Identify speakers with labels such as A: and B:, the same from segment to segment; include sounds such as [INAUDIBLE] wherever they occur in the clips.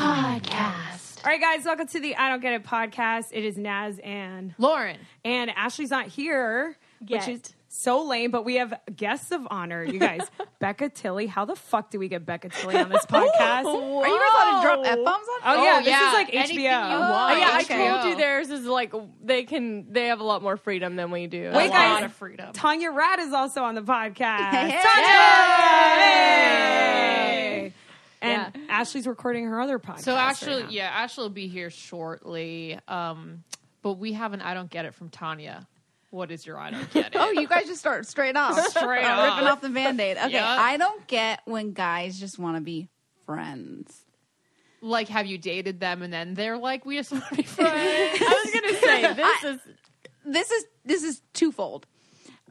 A: All right, guys, welcome to the I Don't Get It podcast. It is Naz and
B: Lauren.
A: and Ashley's not here,
B: Yet.
A: which is so lame. But we have guests of honor, you
B: [LAUGHS]
A: guys. Becca Tilly. How the fuck do we get Becca Tilly on this podcast?
B: Are you guys allowed to drop F bombs on?
A: Oh, yeah, this is like
B: Anything
A: HBO.
B: you
A: Oh,
B: want.
A: Oh,
C: yeah, I
B: Okay.
C: told you theirs is like they can they have a lot more freedom than we do.
A: Wait,
C: a
A: guys.
C: lot of freedom.
A: Tanya Rad is also on the podcast.
B: Hey.
A: Tanya! Yay! And Ashley's recording her other podcast.
C: So Ashley,
A: right now.
C: yeah, Ashley will be here shortly. Um, but we have an I don't get it from Tanya. What is your I don't get it?
B: Oh, you guys just start straight off.
C: Straight
B: I'm
C: off.
B: Ripping off the band aid. Okay.
C: Yeah.
B: I don't get when guys just want to be friends.
C: like have you dated them and then they're like we just want to be
D: [LAUGHS]
C: friends? I was gonna [LAUGHS] say this is
B: This is this is twofold.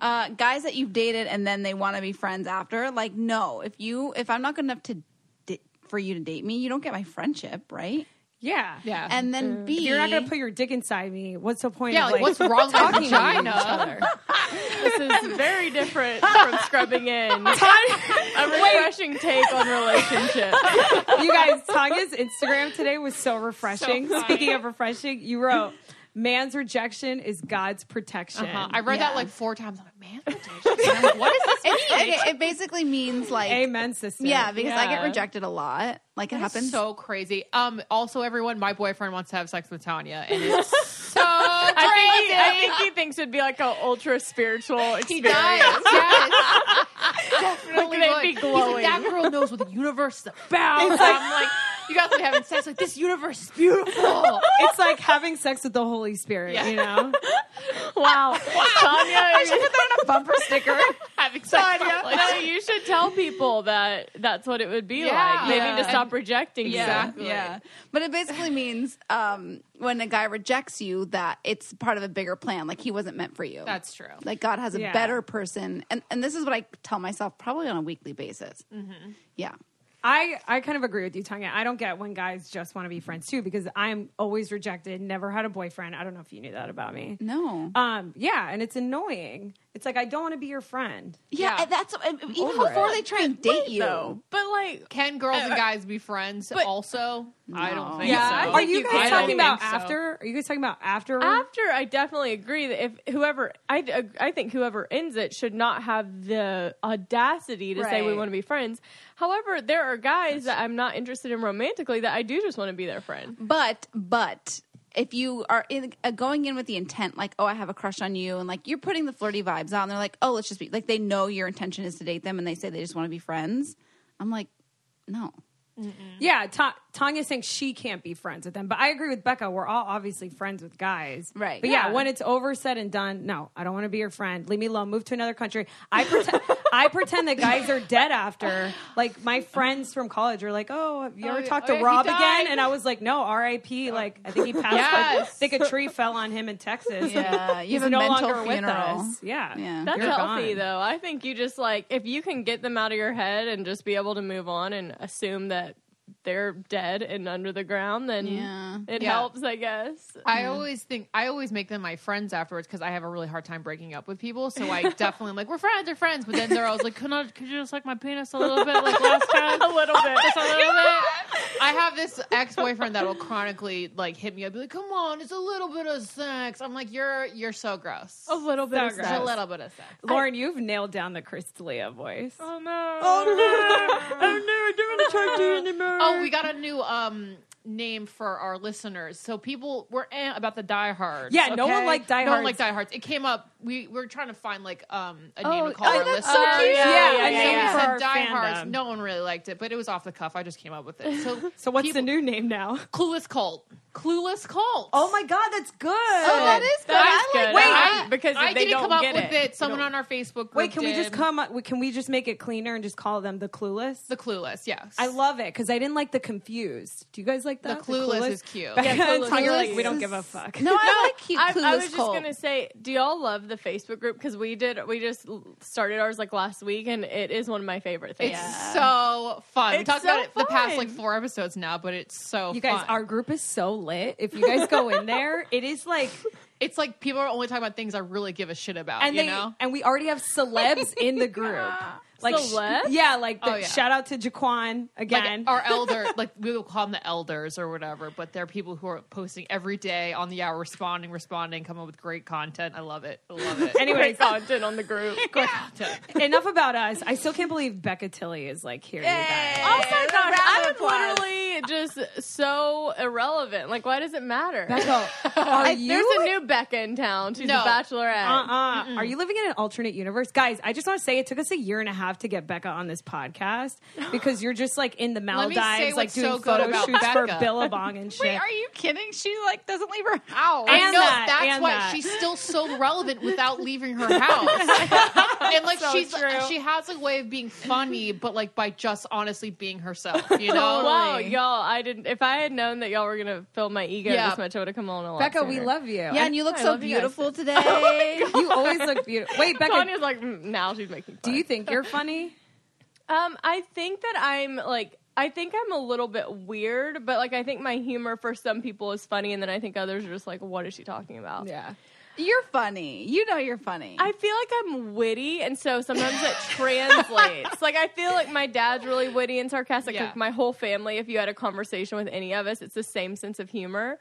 B: Uh, guys that you've dated and then they want to be friends after, like no. If you if I'm not good enough to da- for you to date me, you don't get my friendship, right?
A: yeah.
C: yeah.
B: And then B,
A: If you're not going to put your dick inside me, what's the point
C: yeah,
A: of
C: like,
A: like,
C: what's wrong with
A: talking to each
C: vagina?
D: This is very different
C: [LAUGHS]
D: from scrubbing in. A refreshing take on relationships.
A: you guys, Tanya's Instagram today was so refreshing. Speaking of refreshing, you wrote, "Man's rejection is God's protection."
C: Uh-huh. I read that like four times. I'm like, man, I'm like, what is this?
B: it, it basically means like
A: Amen, sister.
B: yeah, because I get
C: Yeah.
B: rejected a lot. Like
C: That
B: it
C: is
B: happens.
C: so crazy. Um. Also, everyone, my boyfriend wants to have sex with Tanya, and it's so crazy. I
D: I think he thinks it'd be like a ultra spiritual
C: he
D: experience.
C: dies. Yes. Definitely.
D: they'd
C: would.
D: be
C: He's like,
D: glowing.
C: that
D: [LAUGHS]
C: girl knows what the universe is about. I'm like, you guys are having sex. Like this universe is beautiful.
A: it's like having sex with the Holy Spirit.
C: Yeah.
A: You know,
D: Wow. Tanya,
B: a bumper sticker.
C: having sex.
D: [LAUGHS]
C: Like,
D: no, you should tell people that that's what it would be
C: Yeah.
D: like. They
C: Yeah.
D: need to stop rejecting you.
C: Exactly.
B: Yeah. But it basically means um, when a guy rejects you, that it's part of a bigger plan. Like he wasn't meant for you.
C: That's true.
B: Like God has a
A: Yeah.
B: better person. And, and this is what I tell myself probably on a weekly basis. Yeah.
A: I I kind of agree with you, Tanya. I don't get when guys just want to be friends too, because I'm always rejected. Never had a boyfriend. I don't know if you knew that about me.
B: No.
A: Um. Yeah, and it's annoying. It's like I don't want to be your friend.
B: yeah,
C: yeah.
B: and That's even before they try and date you.
D: Though. But like,
C: Can girls and guys be friends? also, I don't think
D: Yeah,
C: so.
D: I think
A: Are you
D: you
A: guys
D: can.
A: talking
D: I
A: about
D: don't think so.
A: after? Are you guys talking about after?
D: after I definitely agree that if whoever I I think whoever ends it should not have the audacity to say we
B: Right.
D: want to be friends. However, there are guys that I'm not interested in romantically that I do just want to be their friend.
B: But, but. If you are in, uh, going in with the intent, like, oh, I have a crush on you, and like you're putting the flirty vibes on, they're like, oh, let's just be like, they know your intention is to date them, and they say they just want to be friends. I'm like, no.
A: Yeah, Ta- Tanya's saying she can't be friends with them, but I agree with Becca. We're all obviously friends with guys,
B: Right.
A: But yeah,
D: Yeah.
A: when it's over, said and done, no, I don't want to be your friend. Leave me alone. Move to another country. I pretend. [LAUGHS] I pretend that guys are dead after. Like my friends from college are like, "Oh, have you ever
C: yeah.
A: talked
C: Oh,
A: to
C: yeah, he
A: Rob
C: died."
A: again?" And I was like, "No, R.I.P. Like I think he passed. Like, I
C: Yes.
A: think a tree fell on him in Texas.
B: Yeah, you
A: [LAUGHS] He's
B: have a
A: no
B: mental
A: longer
B: funeral.
A: with us. Yeah,
B: Yeah.
D: That's
A: You're
D: healthy
A: gone.
D: though. I think you just like if you can get them out of your head and just be able to move on and assume that they're dead and under the ground, then
B: Yeah.
D: it
C: Yeah.
D: helps, I guess.
C: I always think I always make them my friends afterwards because I have a really hard time breaking up with people. So
D: [LAUGHS]
C: I definitely am like we're friends, we're friends. But then they're always like, could, I, could you just like my penis a little bit, like
D: [LAUGHS]
C: last time,
D: A little bit.
C: just a little
D: [LAUGHS]
C: bit. I have this ex boyfriend that will chronically like hit me up, be like, come on, it's a little bit of sex. I'm like, you're you're so gross.
D: A little bit. of
A: gross.
C: It's
D: sex.
C: a little bit of sex. [LAUGHS]
A: Lauren, you've nailed down the Crystalia voice.
D: Oh no! Oh no! I'm never doing
C: Oh, we got a new um name for our listeners. So people were eh about the diehards.
A: Yeah, no one
C: okay?
A: liked Die
C: No one
A: Hards.
C: liked diehards. It came up. We were trying to find like um a name
B: Oh,
C: to call
B: oh,
C: our
B: that's
C: listeners.
B: so cute.
D: Yeah,
A: yeah,
D: yeah,
A: I think
D: yeah.
A: for
C: said
A: our
C: diehards.
A: fandom.
C: No one really liked it, but it was off the cuff. I just came up with it. So
A: [LAUGHS] So Oh, what's
C: people-
A: the new name now?
C: clueless cult? Clueless cult.
A: Oh my god, that's good.
B: Oh, that is good.
D: That is
B: I like
D: good.
B: that.
D: I like- because
C: I
D: they
C: didn't
D: don't
C: come up
D: get
C: with
D: it.
C: it. Someone on our Facebook group.
A: Wait, can we just
C: did.
A: come? up- Can we just make it cleaner and just call them the clueless?
C: the clueless? Yes,
A: I love it because I didn't like the confused. Do you guys like
C: the
A: that?
C: clueless, is cute.
A: [LAUGHS] Yeah,
D: Clueless
A: Clueless, you're
D: is
A: like, we don't
B: cute.
A: give a fuck.
C: [LAUGHS]
B: No,
D: [LAUGHS]
B: I like cute
D: I,
B: clueless
D: I was just
B: cult.
D: gonna say, do y'all love the Facebook group? Because we did. We just l- started ours like last week, and it is one of my favorite things.
C: It's so fun. we
D: It's
C: talked
D: so
C: about it the past
D: fun.
C: like four episodes now, but it's so
A: you guys,
C: fun.
A: our group is so lit. If you guys go in there, it is like,
C: It's like people are only talking about things I really give a shit about.
A: and
C: you
A: they
C: know,
A: and we already have celebs in the
C: [LAUGHS]
A: group. [LAUGHS] Like, sh-
D: Celebs?
A: yeah, like the,
C: Oh, yeah.
A: shout out to Jaquan again.
C: like our elder, [LAUGHS] like we will call them the elders or whatever, but they're people who are posting every day on the hour, responding, responding, coming up with great content. I love it. I love
A: [LAUGHS]
C: it.
A: [LAUGHS] Anyways,
D: content on
A: [LAUGHS]
D: the group.
C: great content.
A: enough about us. I still can't believe Becca Tilly is like here. you guys.
D: Oh my gosh,
B: of
D: I
B: applause.
D: am literally [LAUGHS] just so irrelevant. Like, why does it matter?
A: Becca,
C: [LAUGHS]
A: are
D: I-
A: you?
D: [LAUGHS] There's a new Becca in town. She's
C: No.
D: a bachelorette.
A: Uh-uh. Are you living in an alternate universe? Guys, I just want to say it took us a year and a half to get Becca on this
C: [GASPS]
A: podcast because you're just like in the
C: me say
A: Maldives, like
C: what's
A: doing
C: so good
A: photo
C: about
A: shoots for
C: Becca.
A: Billabong
C: [LAUGHS]
A: and shit.
B: Wait, are you kidding? She like doesn't leave her house.
C: I
A: And
C: know
A: that,
C: that's
A: and
C: why
A: that.
C: she's
A: [LAUGHS]
C: still so relevant without leaving her house. and like she's she has a way of being funny, but like by just honestly being herself. You know,
D: Wow, y'all! I didn't. If I had known that y'all were gonna fill my ego
C: Yeah.
D: this much, I would have come on a lot.
A: Becca, we
D: sooner.
A: love you.
B: yeah, and you look
D: I
B: so
D: love you guys.
B: beautiful today.
A: you always look beautiful. Wait, Becca,
D: Tanya's like mm, now she's making.
A: do
D: Fun.
A: you think you're funny?
D: Um, I think that I'm like I think I'm a little bit weird, but like I think my humor for some people is funny, and then I think others are just like, "What is she talking about?"
A: Yeah.
B: you're funny. You know you're funny.
D: I feel like I'm witty, and so sometimes it translates. Like I feel like my dad's really witty and sarcastic.
C: Yeah.
D: Like my whole family, if you had a conversation with any of us, it's the same sense of humor.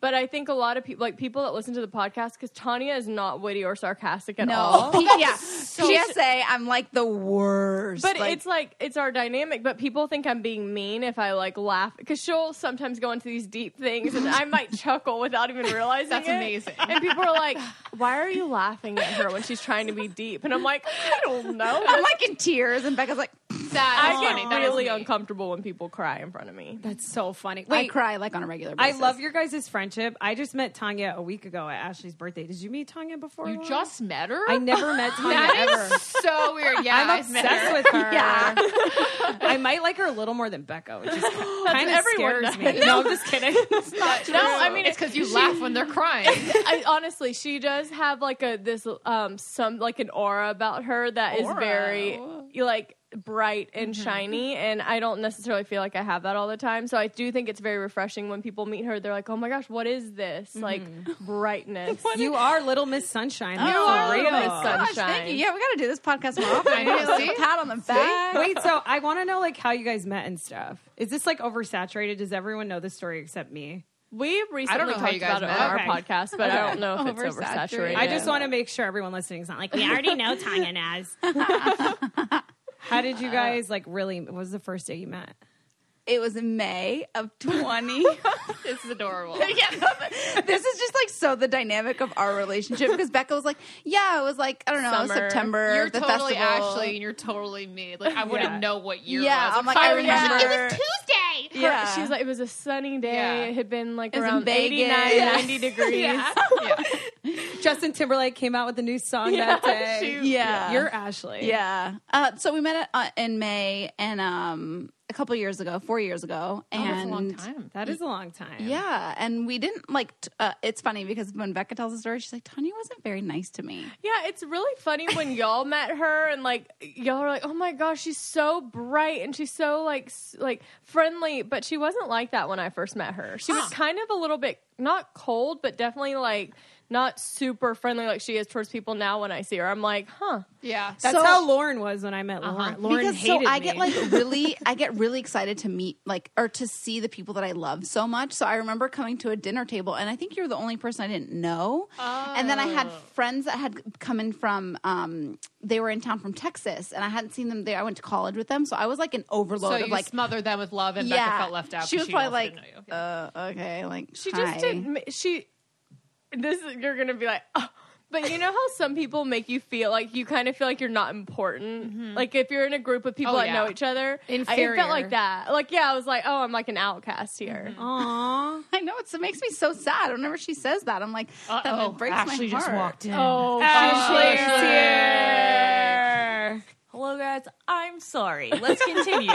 D: But I think a lot of people, like people that listen to the podcast, because Tanya is not witty or sarcastic at
B: no.
D: all.
B: [LAUGHS] P- yeah. PSA, I'm like the worst.
D: But it's like it's our dynamic. But people think I'm being mean if I like laugh because she'll sometimes go into these deep things, and I might chuckle without even realizing.
C: That's
D: it.
C: amazing.
D: And people are like, [LAUGHS] "Why are you laughing at her when she's trying to be deep?" And I'm like, "I don't know."
B: [LAUGHS] I'm like in tears, and Becca's like,
C: That's
D: I
C: funny.
D: get
C: That is
D: really
C: me.
D: uncomfortable when people cry in front of me.
A: That's so funny.
B: I
A: Wait,
B: cry like on a regular
A: I
B: basis.
A: love your guys' friendship. I just met Tanya a week ago at Ashley's birthday. Did you meet Tanya before?
C: You
A: Lauren?
C: just met her.
A: I never
D: [LAUGHS]
A: met Tanya
C: That
A: ever.
C: is so weird. Yeah,
A: I'm
C: I've met
A: obsessed
C: her.
A: with her.
B: Yeah.
A: [LAUGHS] I might like her a little more than Becca,
D: [GASPS]
A: which is kind of
D: everyone
A: scares me. No, I'm
D: [LAUGHS]
A: just kidding.
C: No, I mean it's because [LAUGHS] you laugh when they're crying.
D: I honestly, she does have like a this um some like an aura about her that is
C: Aura.
D: very like bright and shiny and I don't necessarily feel like I have that all the time. So I do think it's very refreshing when people meet her. They're like, "Oh my gosh, what is this?" Like brightness.
A: you are Little Miss Sunshine.
D: You are Little Miss Sunshine.
B: Gosh, thank you. Yeah, we got to do this podcast more
C: I
B: often.
C: know,
B: Give us a
C: see?
B: pat on the back.
A: Wait, so I want to know like how you guys met and stuff. Is this like oversaturated? Does everyone know the story except me?
D: We recently
C: know how
D: talked
C: you guys
D: about it
C: met.
D: on
A: Okay.
D: our podcast, but I don't know if it's
B: Oversaturated.
D: oversaturated.
A: I just want to make sure everyone listening is not like we
B: [LAUGHS]
A: already know Tanya Naz. how did
B: Uh,
A: you guys like really? What was the first day you met?
B: It was in May of [LAUGHS] 20.
C: It's [LAUGHS] adorable.
B: Yeah, no, but this is just like so the dynamic of our relationship because Becca was like, yeah, it was like I don't
C: Oh,
B: know
D: Summer.
B: September.
C: You're
B: the
C: totally
B: festival.
C: Ashley, and you're totally me. Like I wouldn't
A: Yeah.
C: know what year.
B: Yeah,
C: it was.
B: I'm like I
D: "Oh, yeah,
B: remember.
D: it
C: Tuesday.
D: Her-
B: yeah,
D: She's like, it was a sunny day.
C: Yeah.
D: It had been like
B: was in
D: around
B: Vegas.
D: 89,
B: Yeah.
D: 90 degrees.
A: Justin Timberlake came out with a new song that day.
B: yeah,
A: You're Ashley.
B: yeah. Uh, so we met at, uh, in May and um a couple years ago, four years ago, and
C: Oh, That's a long time.
A: that is a long time.
B: Yeah, and we didn't like. T- uh, it's funny because when Becca tells the story, she's like, "Tanya wasn't very nice to me."
D: Yeah, it's really funny when y'all met her and like y'all are like, "Oh my gosh, she's so bright and she's so like s- like friendly," but she wasn't like that when I first met her. She was kind of a little bit not cold, but definitely like not super friendly like she is towards people now when I see her. I'm like, huh.
C: Yeah.
A: That's
B: So- Uh-huh.
A: how Lauren was when I met Lauren. Lauren
B: because
A: hated
B: so I get
A: me.
B: like really
C: [LAUGHS]
B: I get really excited to meet like or to see the people that I love so much. So I remember coming to a dinner table and I think you were the only person I didn't know. And then I
C: Oh.
B: had friends that had come in from um they were in town from Texas and I hadn't seen them there. I went to college with them. So I was like an
C: So
B: overload
C: you
B: of like
C: smothered them with love, and Becca
B: yeah,
C: felt left out.
B: She
C: 'cause
B: was probably
C: also
B: like,
C: didn't know you.
B: uh, okay, like
D: She just did. ma- She. This is- you're gonna be like, oh. but you know how some people make you feel like you kind of feel like you're not important. Like if you're in a group with people
C: Oh,
D: that know
C: yeah.
D: each other, I, it
A: Inferior.
D: felt like that. Like yeah, I was like, oh, I'm like an outcast here.
A: Aw.
B: I know it's, it makes me so sad. Whenever she says that, I'm like,
C: Uh-oh,
B: that breaks
C: Ashley
B: my heart.
C: just walked in.
D: Oh,
A: Ashley's
D: Ashley.
A: here.
E: Hello, guys. I'm sorry. Let's continue.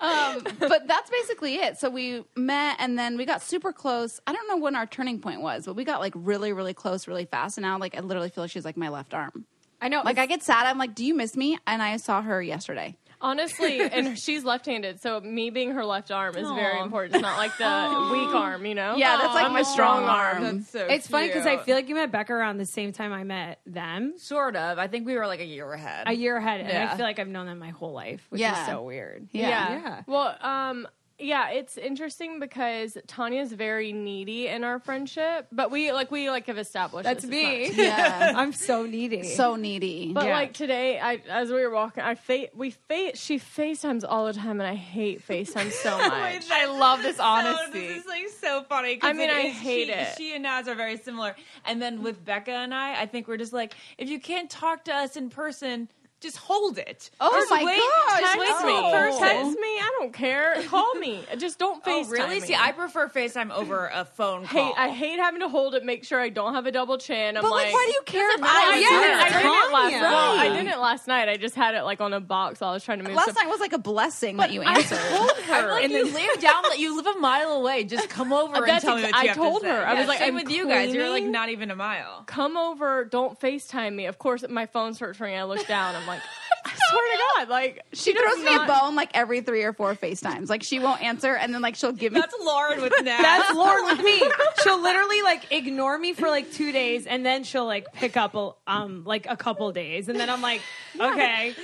B: um, but that's basically it. So we met and then we got super close. I don't know when our turning point was, but we got like really, really close really fast. And now, like, I literally feel like she's like my left arm.
A: I know.
B: Like, I get sad. I'm like, do you miss me? And I saw her yesterday.
D: Honestly, and she's left-handed, so me being her left arm is very important. It's not like the weak arm, you know.
B: Yeah, that's like
D: I'm
B: my
D: a
B: strong arm.
D: That's so
A: it's funny because I
D: cute.
A: feel like you met Becca around the same time I met them,
E: sort of. I think we were like a year ahead.
A: a year ahead, and I
E: Yeah.
A: feel like I've known them my whole life, which
B: Yeah.
A: is so weird.
B: Yeah.
A: Yeah.
D: Well, um, yeah, it's interesting because Tanya's very needy in our friendship, but we like we like have established
A: That's
D: this.
A: me.
D: It's not-
B: Yeah.
A: [LAUGHS] I'm so needy.
B: so needy.
D: But
A: Yeah.
D: like today, I as we were walking, I fa- we fa- she FaceTimes all the time, and I hate
E: [LAUGHS]
D: FaceTime so much.
C: I love
E: No,
C: this
E: this
C: honesty.
E: is like so funny. 'cause
D: I mean,
E: it
D: I
E: is-
D: hate
E: she,
D: it.
E: She and Naz are very similar. And then with Becca and I, I think we're just like, if you can't talk to us in person, just hold it.
B: Oh
E: Just
B: my
E: wait,
B: gosh,
E: Text
B: that's
E: me
B: so
E: first.
B: cool.
E: Text
D: Text me, I don't care. Call me, just don't
E: Oh,
D: FaceTime.
E: really?
D: Me.
E: See, I prefer FaceTime over a phone call.
D: hate. I hate having to hold it, make sure I don't have a double chin. I'm
B: but, like, why do you care if
D: I,
B: I
D: did
A: yeah,
D: it- I
A: it's
D: did it last.
A: Tanya.
D: well, I
A: Right.
D: did it last night. I just had it like on a box. while I was trying to move.
B: Last
D: some-
B: night was like a blessing that you answered.
E: I'm like, you live down, you live a mile away. Just come over and
D: That's
E: tell me
D: ex-
E: what you
D: I
E: have
D: told
E: to
D: her.
E: Say.
D: I was
E: Yeah,
D: like,
E: same
D: I'm
E: with you guys. You're like
D: cleaning.
E: not even a mile.
D: come over. Don't Facetime me. Of course, my phone starts ringing. I look down. I'm like, [LAUGHS] I swear to God, like
B: [LAUGHS] she
D: does
B: throws me a
D: not-
B: bone like every three or four FaceTimes. Like, she won't answer. And then, like, she'll give me.
E: That's Lauren with Naz.
A: That's Lauren with me. She'll literally like ignore me for like two days, and then she'll like pick up a, um like a couple days, and then I'm like, okay,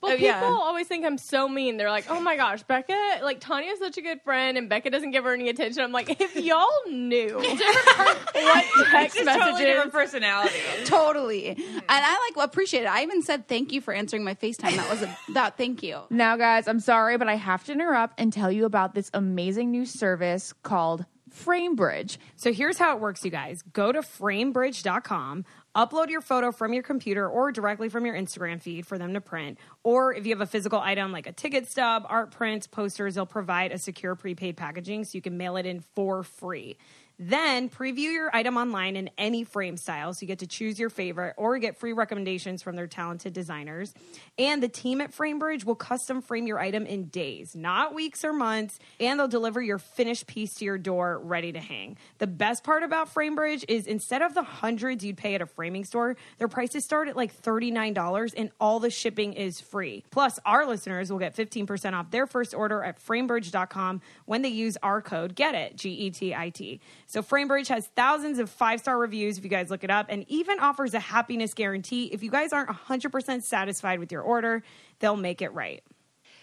D: Well,
A: Oh,
D: people
A: yeah.
D: always think I'm so mean. They're like, oh my gosh, Becca, like Tanya's such a good friend, and Becca doesn't give her any attention. I'm like, if y'all [LAUGHS] knew what
E: It's
B: [LAUGHS]
D: text
E: just totally different
D: messages.
E: personality.
B: Totally. And I like appreciate it. I even said thank you for answering my FaceTime. That was a that thank you.
F: Now, guys, I'm sorry, but I have to interrupt and tell you about this amazing new service called FrameBridge.
A: So here's how it works, you guys. Go to framebridge.com, upload your photo from your computer or directly from your Instagram feed for them to print. Or if you have a physical item like a ticket stub, art prints, posters, they'll provide a secure prepaid packaging so you can mail it in for free. Then preview your item online in any frame style so you get to choose your favorite or get free recommendations from their talented designers. And the team at Framebridge will custom frame your item in days, not weeks or months, and they'll deliver your finished piece to your door ready to hang. The best part about Framebridge is instead of the hundreds you'd pay at a framing store, their prices start at like $39 and all the shipping is free. Plus, our listeners will get 15% off their first order at framebridge.com when they use our code GET IT, G E T I T. So Framebridge has thousands of five-star reviews if you guys look it up and even offers a happiness guarantee. If you guys aren't 100% satisfied with your order, they'll make it right.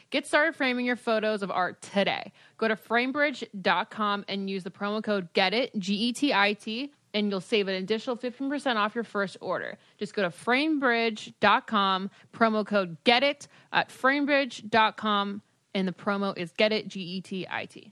C: Get started framing your photos of art today. Go to framebridge.com and use the promo code GETIT, G E T I T, and you'll save an additional 15% off your first order. Just go to framebridge.com, promo code GETIT at framebridge.com, and the promo is GETIT, G E T I T.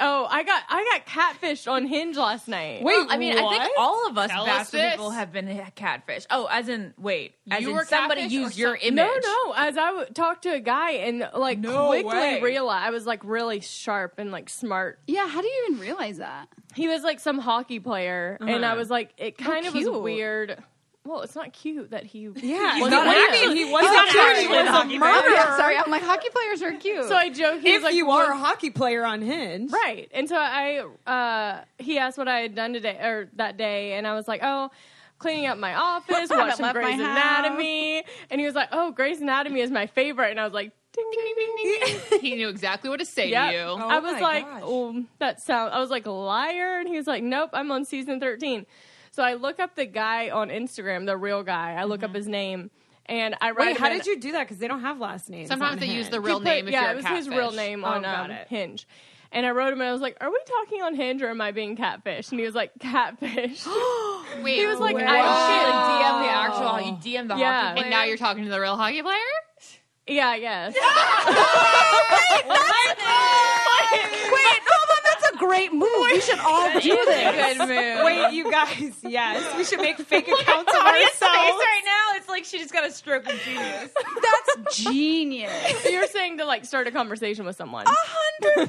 D: Oh, I got I got catfished on Hinge last night. Oh,
E: Well, I mean, I think all of us
C: Tell us
E: bastard
C: this.
E: people have been catfish. Oh, as in wait, as
C: You
E: in
C: were
E: somebody
C: catfished
E: used
C: or
E: your
C: some-
E: image.
D: No, no. As I w- talked to a guy and like
E: No
D: quickly
E: way.
D: realized I was like really sharp and like smart.
B: Yeah, how do you even realize that?
D: He was like some hockey player, and I was like, it kind of was
B: cute.
D: weird. Well, it's not cute that he.
A: Yeah,
D: was
A: not
D: one of
A: actually-
D: them.
A: he wasn't
D: not
A: actually
D: actually
A: a
D: a
A: hockey
D: hockey
A: player.
B: Oh,
D: player.
B: yeah, sorry. I'm like hockey players are cute.
D: So I joke. He was
A: if
D: like,
A: you are
D: "Well,
A: a hockey player on Hinge,
D: Right. And so I, uh, he asked what I had done today or that day, and I was like, oh, cleaning up my office,
B: Haven't
D: watching
B: left my
D: Grey's
B: house.
D: Anatomy. And he was like, oh, Grey's Anatomy is my favorite. And I was like, ding ding ding ding. ding. [LAUGHS]
C: he knew exactly what to say
D: Yeah,
C: to you.
D: I was
G: my
D: like,
G: gosh.
D: oh, that sound. I was like, liar, and he was like, nope, I'm on season 13. So I look up the guy on Instagram, the real guy. I look up his name, and I write.
A: Wait, how
D: him in-
A: did you do that? Because they don't have last names.
C: Sometimes
A: on
C: they use
A: Hinge.
C: the real
D: He put-
C: name. If
D: yeah,
C: you're a
D: it was his real
C: catfish.
D: name
A: Oh,
D: on
A: got
D: um,
A: it.
D: Hinge. And I wrote him and I was like, Are we talking on Hinge or am I being catfish? And he was like, Catfish.
C: Wait,
D: he was like,
C: what?
D: I
E: DM the actual. You DM the
D: Yeah.
E: hockey player.
C: and now you're talking to the real hockey player.
D: shit. [LAUGHS] Yeah, I guess.
G: Wait, hold on, that's a great move. We should all do this.
E: Good
D: [LAUGHS]
E: move.
A: Wait, you guys. Yes, we should make
E: [LAUGHS]
A: fake accounts of ourselves.
E: right now, it's like she just got a stroke of
D: [LAUGHS]
E: genius.
B: That's [LAUGHS] genius.
D: So you're saying to like start a conversation with someone.
E: Oh,
B: Hundred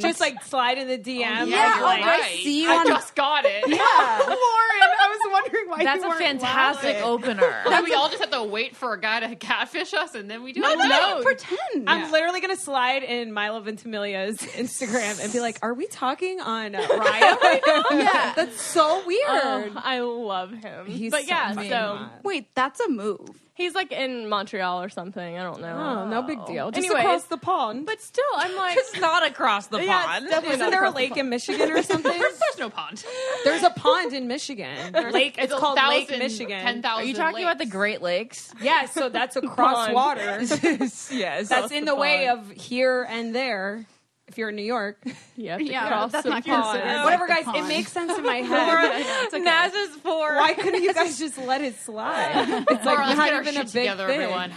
A: [LAUGHS] Just like slide in the DM.
B: yeah,
A: You're
B: oh,
A: like,
B: I see you
C: I
B: on-
C: just got it. [LAUGHS]
B: yeah.
A: Lauren, I was wondering why
E: That's
A: you
E: a
A: weren't
E: fantastic
A: laughing.
E: opener.
C: Like, we all just have to wait for a guy to catfish us, and then we do. it?
B: No, pretend.
A: I'm literally gonna slide in Milo Ventimiglia's [LAUGHS] Instagram and be like, "Are we talking on Raya
E: [LAUGHS]
A: right now?
B: Yeah.
A: that's so weird."
D: Oh, I love him.
A: He's
D: but
A: so
D: yeah,
A: fucking
D: so
A: hot.
B: Wait, that's a move.
D: he's like in Montreal or something. I don't know.
A: Oh, no big deal. Just
D: Anyways,
A: across the pond.
D: But still, I'm like,
E: It's not across the
A: [LAUGHS] yeah, it's
E: pond.
A: definitely isn't there a lake in Michigan [LAUGHS] or something?
C: There's no pond.
A: There's a pond in
C: [LAUGHS]
A: Michigan. Lake. It's,
C: a
A: called Lake
C: thousand,
A: Michigan.
C: Ten thousand.
E: Are you talking about the Great Lakes?
A: Yeah, so that's across
D: Pond.
A: water.
E: yes.
A: That's in the way of here and there. If you're in New York,
D: yeah, yeah,
B: Yeah,
D: cross
B: that's
D: the
B: not
D: pond.
B: considered. Like
A: whatever,
B: the
A: guys. It
B: pond.
A: makes sense in my head.
E: NASA's for
A: Why couldn't you guys just let it slide? It's like not
C: let's get our
A: even a
C: shit
A: big
C: together,
A: thing.
C: everyone.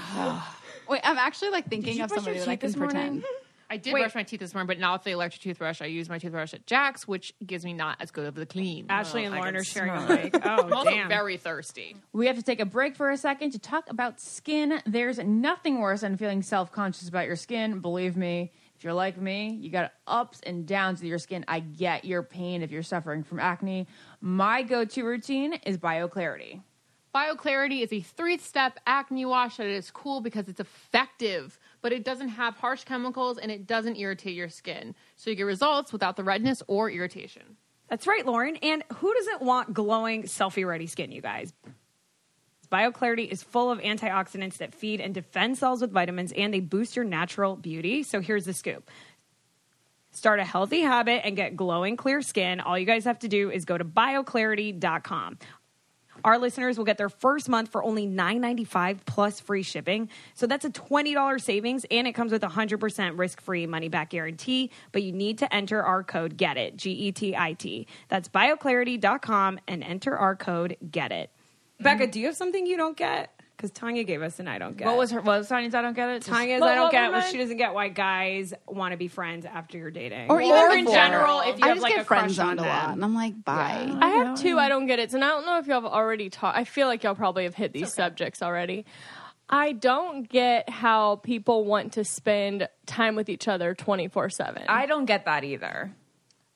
B: Wait, I'm actually like thinking
C: you
B: of
C: brush
B: somebody
C: your
B: that I
C: teeth
B: can
C: this morning?
B: pretend.
C: I did brush my teeth this morning, but not with the electric toothbrush. I use my toothbrush at Jack's, which gives me not as good of the clean.
A: Ashley and
C: I
A: Lauren
C: can
A: are sharing a
C: smell it.
A: mic. Oh,
C: I'm [LAUGHS] also
A: damn.
C: very thirsty.
F: We have to take a break for a second to talk about skin. There's nothing worse than feeling self conscious about your skin. Believe me, if you're like me, you got ups and downs with your skin. I get your pain if you're suffering from acne. My go to routine is BioClarity.
C: BioClarity is a three step acne wash that is cool because it's effective, but it doesn't have harsh chemicals and it doesn't irritate your skin. So you get results without the redness or irritation.
A: That's right, Lauren. And who doesn't want glowing, selfie ready skin, you guys? BioClarity is full of antioxidants that feed and defend cells with vitamins and they boost your natural beauty. So here's the scoop. Start a healthy habit and get glowing clear skin. All you guys have to do is go to bioclarity.com. Our listeners will get their first month for only $9.95 plus free shipping. So that's a $20 savings, and it comes with a 100% risk free money back guarantee. But you need to enter our code GET IT, G E T I T. That's bioclarity.com and enter our code GET IT. Becca, do you have something you don't get? Because Tanya gave us an I don't get.
F: What was her? What was Tanya's? I don't get it. Just-
A: Tanya's
D: What-
A: I don't
D: what
A: get
D: were
A: what she
D: mine?
A: doesn't get why guys want to be friends after you're dating.
B: Or even
A: in
B: before.
A: general, if you
B: I
A: have
B: just
A: like
B: get
A: a
B: friend
A: crush on
B: zoned a lot,
A: them.
B: and I'm like, bye.
D: I have two I don't get it, and I don't know if y'all have already talked. I feel like y'all probably have hit these subjects already. I don't get how people want to spend time with each other 24 7.
G: I don't get that either.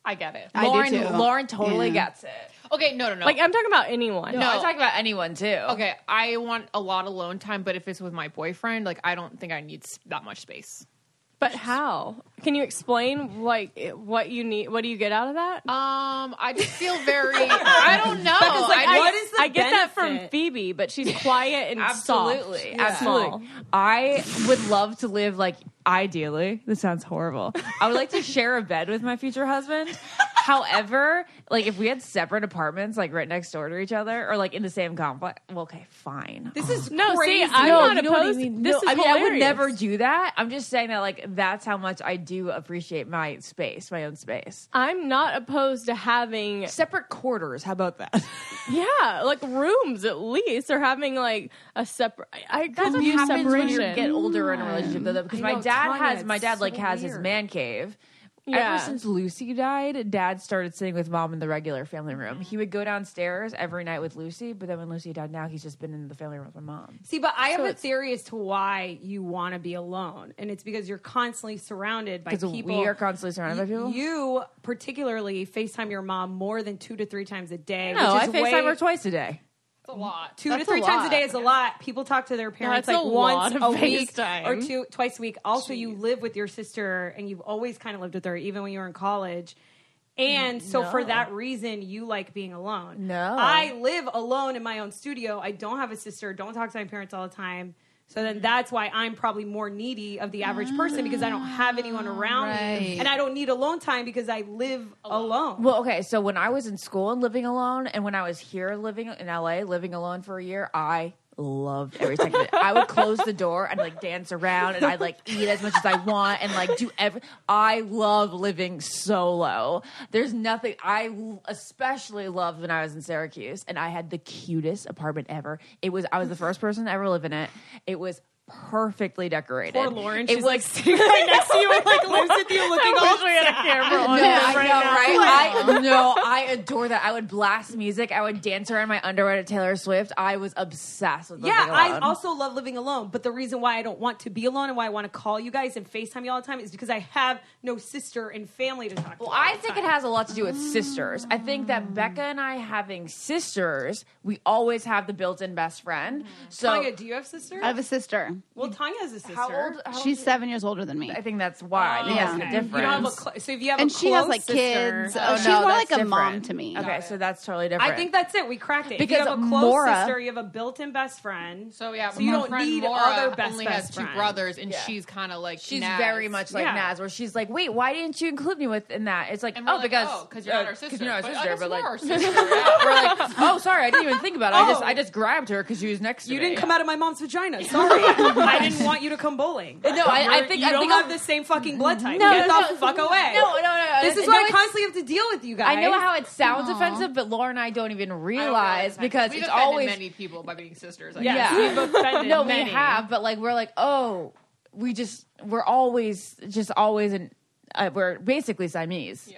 E: I get it.
B: I do
G: Lauren,
B: too.
G: Lauren totally
B: Yeah.
G: gets it.
C: Okay, no, no, no.
D: Like, I'm talking about anyone.
G: No, I talk about anyone too.
C: okay, I want a lot of alone time, but if it's with my boyfriend, like I don't think I need s- that much space.
D: But how? Can you explain, like, it- what you need? What do you get out of that?
G: Oh,
C: Um, I just feel very. [LAUGHS] I
G: [LAUGHS]
C: don't know.
D: like,
C: I,
A: what is the
D: I get that from
A: benefit?
D: Phoebe, but she's quiet and soft.
G: Absolutely.
D: and small.
G: Absolutely. I would love to live like ideally. This sounds horrible. I would like to share a bed with my future husband. However, like if we had separate apartments like right next door to each other or like in the same complex, well, okay, fine.
A: This is
D: No,
A: crazy.
D: see, I'm
G: No,
D: not
G: you know what I
D: opposed.
G: mean?
D: This
G: No,
D: is
G: I mean, I would
D: hilarious.
G: never do that. I'm just saying that like that's how much I do appreciate my space, my own space.
D: I'm not opposed to having
G: Separate quarters. How about that? [LAUGHS]
D: Yeah, like rooms at least, or having like a separate. I
G: That's what
D: could use
G: happens when
D: separation.
G: you get older in a relationship, though, because my
A: know,
G: dad
A: Tanya,
G: has my
A: it's
G: dad like
A: so
G: has his
A: weird.
G: man cave.
D: Yeah.
G: Ever since Lucy died, Dad started sitting with Mom in the regular family room. He would go downstairs every night with Lucy, but then when Lucy died, now he's just been in the family room with my mom.
A: See, but I have a theory as to why you want to be alone, and it's because you're constantly surrounded by
G: 'Cause we
A: people.
G: are constantly surrounded by people?
A: You particularly Facetime your mom more than two to three times a day.
G: No,
A: which
G: Oh, I
A: is
G: Facetime
A: way-
G: her twice a day.
C: it's a lot.
A: Two to
B: That's a
A: three times a
B: lot.
A: day is a lot. People talk to their parents
D: That's
A: like
D: a
A: once
D: lot of
A: a week
D: FaceTime.
A: or two twice a week. Also, you live with your sister, and you've always kind of lived with her, even when you were in college. And so, for that reason, you like being alone.
G: No.
A: I live alone in my own studio. I don't have a sister. Don't talk to my parents all the time. So then that's why I'm probably more needy of the average person because I don't have anyone around me. And I don't need alone time because I live alone.
G: Well, okay. So when I was in school and living alone, and when I was here living in LA, living alone for a year, I loved every second of it. I would close the door and like dance around, and I'd like eat as much as I want, and like do every. I love living solo. There's nothing I l- especially loved when I was in Syracuse, and I had the cutest apartment ever. It was I was the first person to ever live in it. It was perfectly decorated.
A: Poor Lauren,
G: it
A: she's
G: was
A: like sitting right next to you and [LAUGHS] like lives with you looking all [LAUGHS] sad.
G: no, [LAUGHS] I know, right? [LAUGHS] I no, I adore that. I would blast music. I would dance around in my underwear to Taylor Swift. I was obsessed with.
A: Yeah,
G: Living
A: I
G: Alone.
A: also love living alone, but the reason why I don't want to be alone and why I want to call you guys and FaceTime you all the time is because I have no sister and family to talk to.
G: Well,
A: all
G: I
A: the
G: think
A: time.
G: it has a lot to do with sisters. I think that Becca and I having sisters, we always have the built-in best friend. So
A: Tanya, do you have sisters?
B: I have a sister.
A: well, Tanya has a sister.
G: how old? How old-
B: She's seven years older than me.
G: I think that's why. I think that's
B: okay.
G: the
B: You
G: difference.
A: um, You don't have a cl- so if you have
B: and
A: a
B: she has
A: close
B: like
A: sister-
B: kids.
G: Oh,
B: she's
G: no,
B: more like
G: that's
B: a mom
G: different.
B: to me.
G: okay, so that's totally different.
A: I think that's it. We cracked it. If
B: Because
A: you have a close
B: Maura-
A: sister, you have a built-in best friend.
C: So yeah,
A: so you
C: my
A: don't
C: friend
A: need
C: Laura
A: other best
C: only
A: best
C: has
A: friend.
C: two brothers, and she's kind of like
G: She's
C: Naz.
G: very much like
A: Yeah.
G: Naz, where she's like, "Wait, why didn't you include me with in that?" It's like,
C: And we're
G: "Oh,
C: like,
G: because
C: oh, 'cause you're not
G: uh,
C: our sister."
G: 'cause you're not our
C: But I
G: sister."
C: guess we're
G: But like, [LAUGHS]
C: our sister, yeah.
G: we're like, "Oh, sorry, I didn't even think about it. I just, I just grabbed her because she was next to
A: You
G: me."
A: didn't come out of my mom's
G: [LAUGHS]
A: vagina. Sorry, I didn't want you to come bowling.
G: No, I, I think
A: you
G: I
A: don't
G: think
A: have
G: I'm-
A: the same fucking blood type.
G: No,
A: Get
G: no,
A: the fuck away.
G: No, no, no.
A: This is
G: no,
A: why I
G: it's-
A: constantly have to deal with you guys.
G: I know how it sounds offensive, but Laura and I don't even realize because
C: We've
G: it's
C: offended
G: always
C: many people by being sisters. I
A: Yes,
G: Yeah.
A: we've offended
G: no,
A: many.
G: we have, but like we're like, oh, we just we're always just always in uh, we're basically Siamese.
C: guess.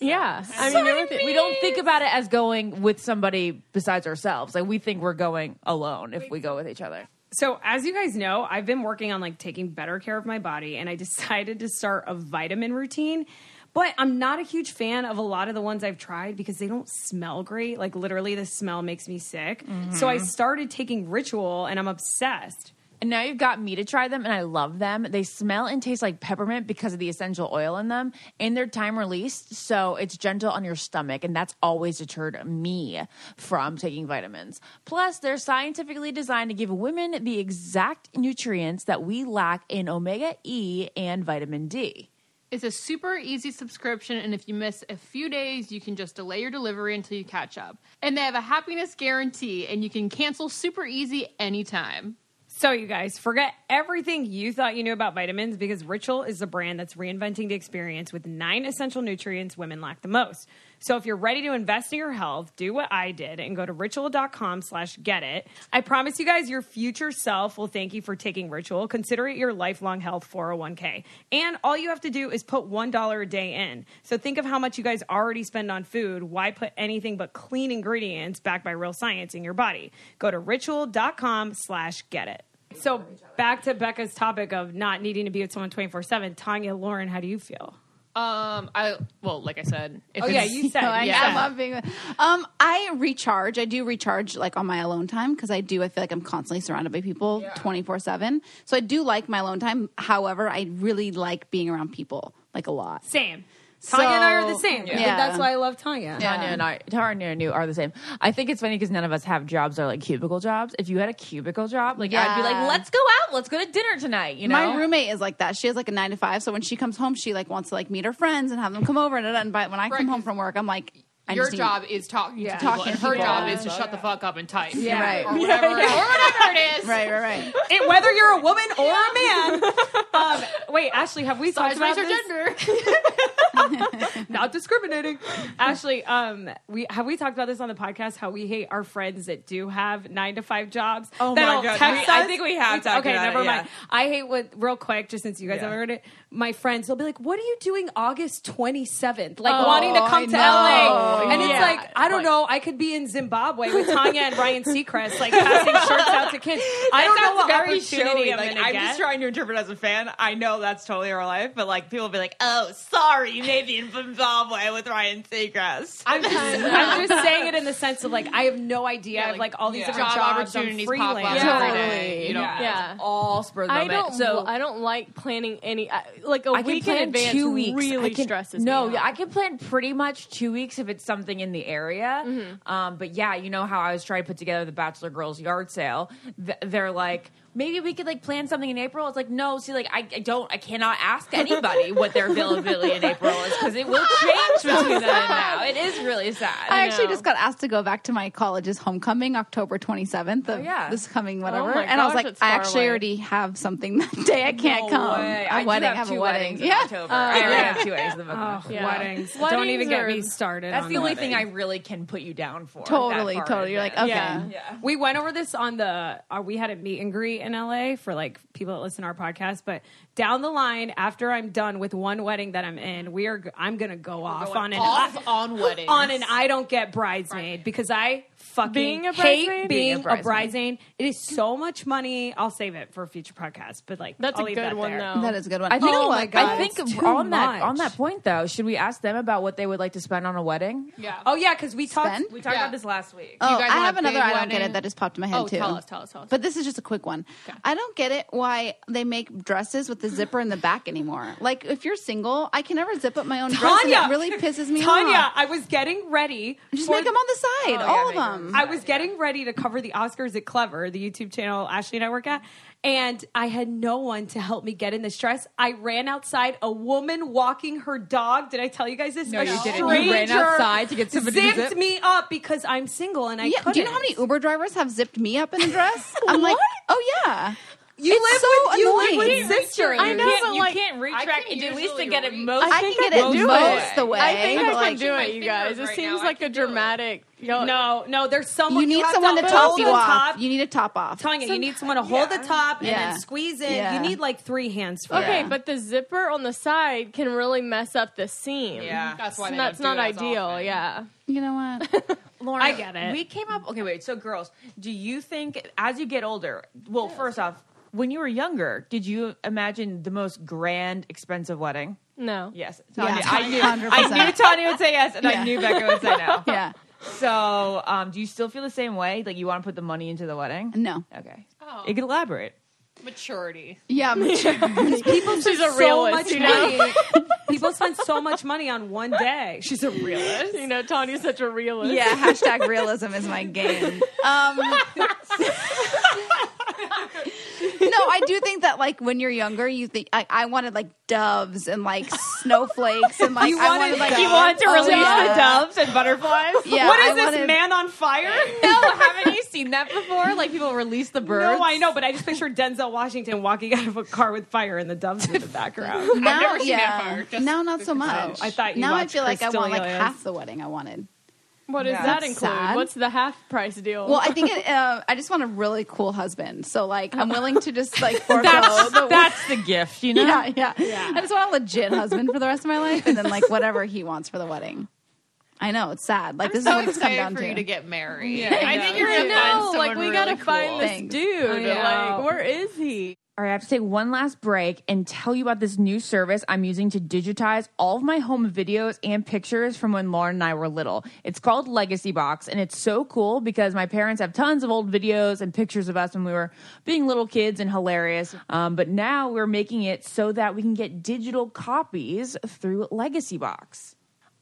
C: Yeah.
D: Yeah, I mean, you're with it.
G: We don't think about it as going with somebody besides ourselves. Like we think we're going alone if we go with each other.
A: So, as you guys know, I've been working on like taking better care of my body and I [LAUGHS] decided to start a vitamin routine. But I'm not a huge fan of a lot of the ones I've tried because they don't smell great. Like literally the smell makes me sick. So
G: Mm-hmm.
A: I started taking Ritual and I'm obsessed.
G: And now you've got me to try them, and I love them. They smell and taste like peppermint because of the essential oil in them, and they're time released, so it's gentle on your stomach, and that's always deterred me from taking vitamins. Plus, they're scientifically designed to give women the exact nutrients that we lack in omega E and vitamin D.
C: It's a super easy subscription, and if you miss a few days, you can just delay your delivery until you catch up. And they have a happiness guarantee, and you can cancel super easy anytime.
A: So, you guys, forget everything you thought you knew about vitamins because Ritual is the brand that's reinventing the experience with nine essential nutrients women lack the most. So, if you're ready to invest in your health, do what I did and go to ritual.com slash get it. I promise you guys, your future self will thank you for taking Ritual. Consider it your lifelong health 401k. And all you have to do is put $1 a day in. So, think of how much you guys already spend on food. Why put anything but clean ingredients backed by real science in your body? Go to ritual.com slash get it. So back to Becca's topic of not needing to be with someone twenty four seven. Tanya, Lauren, how do you feel?
C: Um, I well, like I said, if
A: Oh yeah,
C: it's-
B: [LAUGHS]
A: you said
B: I
A: yeah.
B: I love being. Um, I recharge. I do recharge like on my alone time because I do. I feel like I'm constantly surrounded by people, twenty four seven. So I do like my alone time. However, I really like being around people like a lot.
A: same. Tanya and I are the same.
B: Yeah.
A: That's why I love Tanya.
B: Yeah.
G: Tanya and I, Tanya and you are the same. I think it's funny because none of us have jobs that are like cubicle jobs. If you had a cubicle job, like I'd be
B: Yeah.
G: like, let's go out, let's go to dinner tonight. You know,
B: My roommate is like that. She has like a nine to five. So when she comes home, she like wants to like meet her friends and have them come over and, and but when I come home from work, I'm like, I
C: your
B: just need-
C: job is talking to people,
B: Talking
C: and
B: to
C: her
B: people.
C: job is to shut the fuck up and type, [LAUGHS]
B: [LAUGHS] Yeah. Right.
C: or whatever, or whatever it is.
B: Right, right, right.
A: It- whether you're a woman or
B: [LAUGHS]
A: a man. Um, wait, Ashley, have we talked
C: Size,
A: about
C: race, or
A: this?
C: gender. [LAUGHS]
A: [LAUGHS] Not discriminating. Ashley, um, we have we talked about this on the podcast how we hate our friends that do have nine to five jobs.
H: Oh
A: that
H: my
A: don't
H: God.
A: text
H: We- I
A: us?
H: think we have talked
A: Okay,
H: about
A: never
H: it,
A: mind.
H: yeah.
A: I hate what real quick, just since you guys
H: Yeah.
A: haven't heard it. My friends, they'll be like, "What are you doing August twenty seventh?
H: Oh,
A: Like wanting to come to LA?" And it's like, I don't know. I could be in Zimbabwe with Tanya and Ryan Seacrest, like passing shirts out
H: [LAUGHS]
A: to kids. I don't know
H: That's
A: what
H: very
A: opportunity
H: showy.
A: I'm
H: Like,
A: gonna
H: I'm
A: get.
H: just trying to interpret as a fan. I know that's totally our life, but like people be like, "Oh, sorry, you may be in Zimbabwe with Ryan Seacrest."
A: I'm just, I'm just saying it in the sense of like I have no idea. I have like all these
C: yeah.
A: different
C: Job
A: jobs. I'm
C: opportunities pop up
A: freelance.
C: every
D: Yeah.
C: day. You don't
D: yeah.
G: all spur of the
D: I
G: moment.
D: don't.
G: so
D: I don't like planning any. I, like a
G: I can
D: week
G: plan
D: in advance
G: two weeks.
D: really
G: I can,
D: stresses
G: no,
D: me.
G: yeah,
D: out.
G: I can plan pretty much two weeks if it's something in the area.
D: Mm-hmm.
G: Um, but yeah, you know how I was trying to put together the Bachelor Girls Yard Sale. Th- they're like,
F: maybe we could like plan something in April. It's like, no, see, like I, I don't, I cannot ask anybody what their availability in April is because it will change between then and now. It is really sad.
B: I actually just got asked to go back to my college's homecoming October 27th of
F: yeah.
B: this coming whatever.
C: my
B: and I was
C: gosh,
B: like,
C: that's
B: I
C: far
B: actually
C: away.
B: already have something [LAUGHS] that day. I can't
F: No
B: come.
F: way.
B: A
F: I do
B: wedding,
F: have
B: I have
F: two
B: a
F: weddings
B: wedding.
F: in
B: Yeah.
F: October. I already have two weddings in the month.
A: Oh, weddings. Don't even get me started.
F: That's
A: on
F: the only
A: weddings.
F: thing I really can put you down for.
B: Totally,
F: that far
B: totally. You're
F: in
B: like, okay.
F: advance.
A: We went over this on the. Uh, we had a meet and greet in LA for like people that listen to our podcast. But down the line, after I'm done with one wedding that I'm in, we are. g- I'm gonna go off on an
C: off
A: I-
C: on weddings.
A: on an I don't get bridesmaid because I fucking
D: Being a
A: hate
D: bridesmaid?
A: being a
F: bridesmaid.
A: bridesmaid. It is so much money. I'll save it for a future podcast. But like
D: That's
A: I'll
D: a
A: leave
D: good
A: that
D: one
A: there.
D: though.
B: That is a good one.
F: I think,
B: you know
A: my
B: what?
A: God,
F: I think
A: it's too
F: on that on
A: much.
F: that point though, should we ask them about what they would like to spend on a wedding?
C: yeah.
A: Oh yeah, because we talked.
B: Spend?
A: We talked
C: Yeah.
A: about this last week.
B: Oh,
C: guys
B: I
C: want
B: have
C: a
B: another
C: big
B: I don't get
C: wedding?
B: it that just popped in my head
C: Oh,
B: too.
C: tell us, tell us, tell us.
B: But this is just a quick one. I don't get it why they make dresses with the zipper in the back anymore. Like if you're single, I can never zip up my own dress and it really pisses me
A: Tanya,
B: off.
A: I was getting ready.
B: Just
A: for
B: make them on the side, all of them.
A: I was getting ready to cover the Oscars at Clever, the YouTube channel Ashley and I work at, and I had no one to help me get in this dress. I ran outside, a woman walking her dog. Did I tell you guys this? No, a
F: you didn't. You
A: stranger
F: ran outside to get somebody to
A: zipped
F: zip?
A: me up because I'm single and I
B: Yeah,
A: couldn't.
B: do you know how many Uber drivers have zipped me up in a
A: [LAUGHS]
B: dress? I'm like, oh yeah.
A: You
B: It's
A: live
B: so
A: with you
B: annoying.
A: live with sisters.
B: I know,
C: You can't-
B: but
C: you
B: like,
C: can't retract.
F: can't
C: At least to
F: usually
C: get it
F: reach.
C: most.
B: I can get it most, the way.
D: I think
B: but,
D: I
B: like,
D: can do
C: my
D: it, you guys.
C: fingers
D: It
C: right
D: seems
C: now. I
D: like a
C: can do it.
D: dramatic. Y'all-
A: No, no. There's someone
B: you need
A: who has
B: someone to
A: hold
B: top you
A: the
B: off.
A: top.
B: You need a top off.
A: Tanya, you need someone to hold the top and
B: Yeah.
A: then squeeze in.
B: Yeah.
A: You need like three hands for
D: Okay,
A: it.
D: but the zipper on the side can really mess up the seam.
C: Yeah. That's why they
D: that's
C: don't
D: not
C: do it as
D: ideal.
C: often.
D: Yeah,
B: You know
A: [LAUGHS]
B: what?
G: Lauren,
A: I get it.
G: We came up. Okay, wait. So, girls, do you think as you get older? Well, first off, when you were younger, did you imagine the most grand, expensive wedding?
D: no.
G: Yes, Tanya.
B: Yeah,
G: I knew.
B: 100%.
G: I knew Tanya would say yes, and
B: Yeah.
G: I knew Becca would say no.
B: Yeah.
G: So, um, do you still feel the same way? Like you want to put the money into the wedding?
B: No.
G: Okay. Oh. You can elaborate.
C: maturity.
B: Yeah.
A: [LAUGHS] People spend
D: a realist, you know?
A: money. [LAUGHS] People spend so much money on one day. She's a realist.
D: You know, Tanya's such a realist.
B: yeah. Hashtag realism is my game.
A: [LAUGHS]
B: Um, no, I do think that like when you're younger, you think I, I wanted like doves and like snowflakes and like I wanted like
G: You want to
B: Oh,
G: release
B: yeah.
G: the doves and
F: [LAUGHS]
G: butterflies?
B: Yeah,
A: what is
B: I
A: this
B: wanted-
A: man on fire?
G: No, haven't you seen that before? Like people release the birds.
A: No, I know, but I just pictured Denzel Washington walking out of a car with fire and the doves in the background.
B: Now,
C: never seen
B: yeah,
C: that far, just
B: now not so
A: Oh,
B: much.
A: I thought you
B: now I
A: watched
B: feel like I want like
A: Cristelia's.
B: half the wedding I wanted.
D: What does
G: Yeah.
D: that
B: That's
D: include?
B: sad.
D: What's the half price deal? [LAUGHS]
B: Well, I think it, uh, I just want a really cool husband. So like I'm willing to just
C: [LAUGHS]
B: like forego the
G: That's the gift, you know.
B: yeah, yeah, I just want a legit husband for the rest of my life, and then like whatever he wants for the wedding. I know it's sad. Like this is
C: so
B: what it's come
C: excited
B: down
C: for
B: to.
C: you to get married. I think [LAUGHS] you're
D: I
C: gonna find
D: know,
C: someone
D: like we
C: really
D: gotta
C: cool.
D: find this
B: Thanks.
D: dude.
A: know.
D: Like, where is he?
F: All right, I have to take one last break and tell you about this new service I'm using to digitize all of my home videos and pictures from when Lauren and I were little. It's called Legacy Box, and it's so cool because my parents have tons of old videos and pictures of us when we were being little kids and hilarious. Um, but now we're making it so that we can get digital copies through Legacy Box.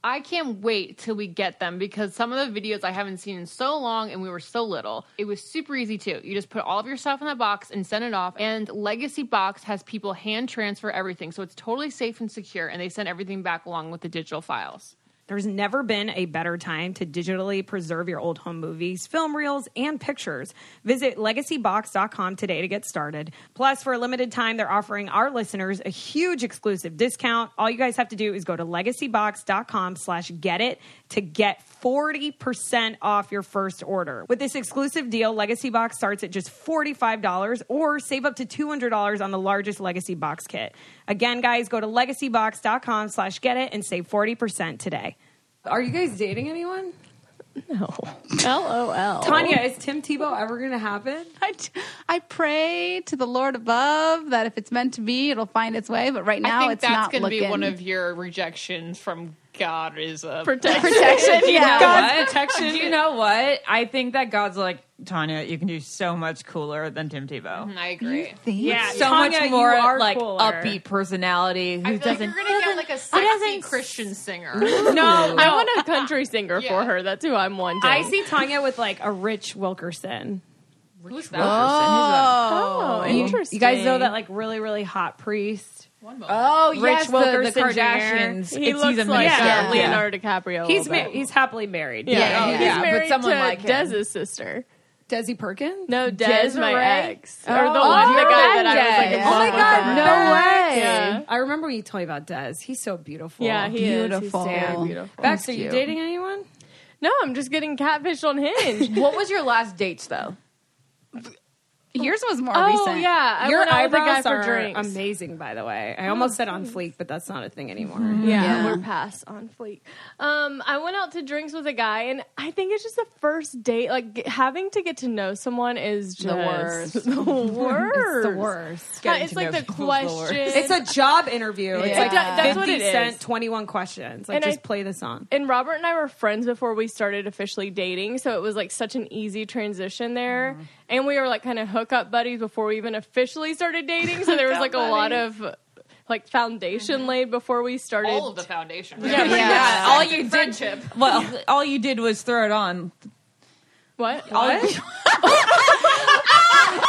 C: I can't wait till we get them because some of the videos I haven't seen in so long and we were so little. It was super easy too. You just put all of your stuff in the box and send it off. And Legacy Box has people hand transfer everything. So it's totally safe and secure and they send everything back along with the digital files.
A: There's never been a better time to digitally preserve your old home movies, film reels, and pictures. Visit legacybox.com today to get started. Plus, for a limited time, they're offering our listeners a huge exclusive discount. All you guys have to do is go to legacybox.com slash get it to get 40% off your first order. With this exclusive deal, Legacy Box starts at just $45 or save up to $200 on the largest Legacy Box kit. Again, guys, go to legacybox.com slash get it and save 40% today. Are you guys dating anyone?
B: LOL.
A: Tanya, is Tim Tebow ever going to happen?
B: I, I pray to the Lord above that if it's meant to be, it'll find its way. But right now,
C: I think
B: it's
C: that's
B: not
C: gonna
B: looking.
C: be one of your rejections from God is a
B: protection. yeah.
G: God's protection. Do you know what? I think that God's like Tanya. You can do so much cooler than Tim Tebow.
C: [LAUGHS] I agree.
A: Yeah,
G: So
A: Tanya,
G: much
A: you
G: more
A: are
G: like
A: cooler.
G: upbeat personality
C: I
G: who
C: feel like
G: doesn't.
C: you're gonna get like a sexy Christian singer.
A: No,
D: I want a country singer
C: Yeah.
D: for her. That's who I'm wanting.
A: I see Tanya with like a Rich Wilkerson.
F: Who's
A: Oh, interesting. You guys know that like really really hot priest.
G: Oh,
A: Rich
G: yes, the, the
A: Wilkerson Jr..
G: Kardashians.
D: He
G: It's-
D: looks
G: he's a
D: like
G: minister.
D: uh,
A: Yeah.
D: Leonardo DiCaprio. a
A: He's
D: little
A: ma- Oh,
D: bit.
A: he's happily married.
D: yeah,
G: yeah,
D: he's
G: yeah. But
D: married
G: someone
D: to
G: like him.
D: Dez's sister.
G: Desi Perkins?
D: No, Dez, my
G: Desiree?
D: ex, or the
G: Oh,
D: one the guy that, I was
G: that
D: like
G: Dez.
D: in
G: Oh
D: love
G: my
D: with
G: God,
D: forever.
G: no way.
D: Yeah.
A: I remember when you told me about Dez. He's so beautiful.
D: Yeah, he
B: Beautiful.
D: is. He's damn beautiful.
A: Bex, are you dating anyone?
D: No, I'm just getting catfished on Hinge. [LAUGHS]
G: What was your last dates though?
B: Yours was more
D: oh
B: recent.
D: yeah, I
A: Your
D: went out with a guy
A: eyebrows
D: for
A: are
D: drinks.
A: amazing, by the way. I almost said on fleek, but that's not a thing anymore.
G: Mm-hmm.
D: Yeah,
B: Yeah.
D: we're past on fleek. Um, I went out to drinks with a guy, and I think it's just the first date. Like g- having to get to know someone is just [LAUGHS]
B: worst.
D: the worst.
A: It's the worst.
D: Uh, it's like the question.
A: It's a job interview. It's
B: Yeah.
A: like
B: That-
D: that's
A: 50
D: what it is.
A: Cent, 21 questions. Like,
D: And
A: just
D: I-
A: play the
D: [LAUGHS]
A: song.
D: and Robert and I were friends before we started officially dating, so it was like such an easy transition there. And we were like kind of hookup buddies before we even officially started dating, so there was like a lot of like foundation laid before we started.
E: All of the foundation.
D: yeah, pretty
G: Yeah.
D: much.
G: All you did Well, all you did was throw it on.
D: What?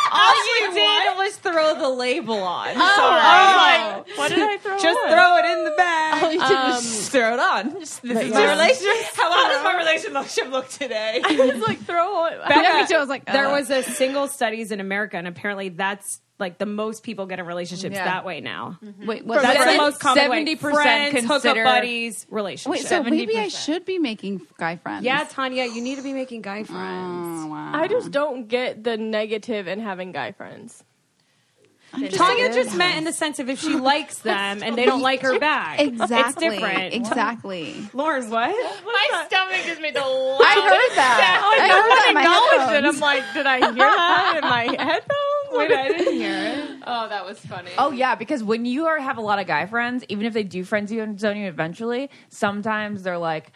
A: All you did was throw the label on.
D: Oh, what did I throw?
A: just
D: on?
A: throw it in the bag.
G: All you did was throw it on. [LAUGHS] Just- This is
A: My
G: my relationship.
A: relationship. How does my relationship look today?
D: It's like throw on.
A: Becca,
G: me too. I was like, uh.
A: there was a single studies in America, and apparently that's like the most people get in relationships
G: Yeah.
A: that way now.
B: Wait, what's
A: That's
G: Friends?
A: the most common way.
G: 70%
A: Friends, hookup
G: consider-
A: buddies, relationships.
B: Wait, so maybe I should be making guy friends.
A: yeah, Tanya, you need to be making guy friends.
B: Oh, wow.
D: I just don't get the negative in having guy friends.
A: Tanya just meant in the sense of if she
B: [LAUGHS]
A: likes them and they don't like her back.
B: exactly.
A: It's different.
B: Exactly.
A: Lauren, [LAUGHS] what?
E: My stomach gives me the
B: I heard that. I heard that in my
D: Acknowledged it.
B: headphones.
D: I'm like, did I hear that in my headphones?
A: Wait, I didn't hear it.
E: Oh, that was funny.
G: Oh yeah, because when you are have a lot of guy friends, even if they do friends you and zone you eventually, sometimes they're like,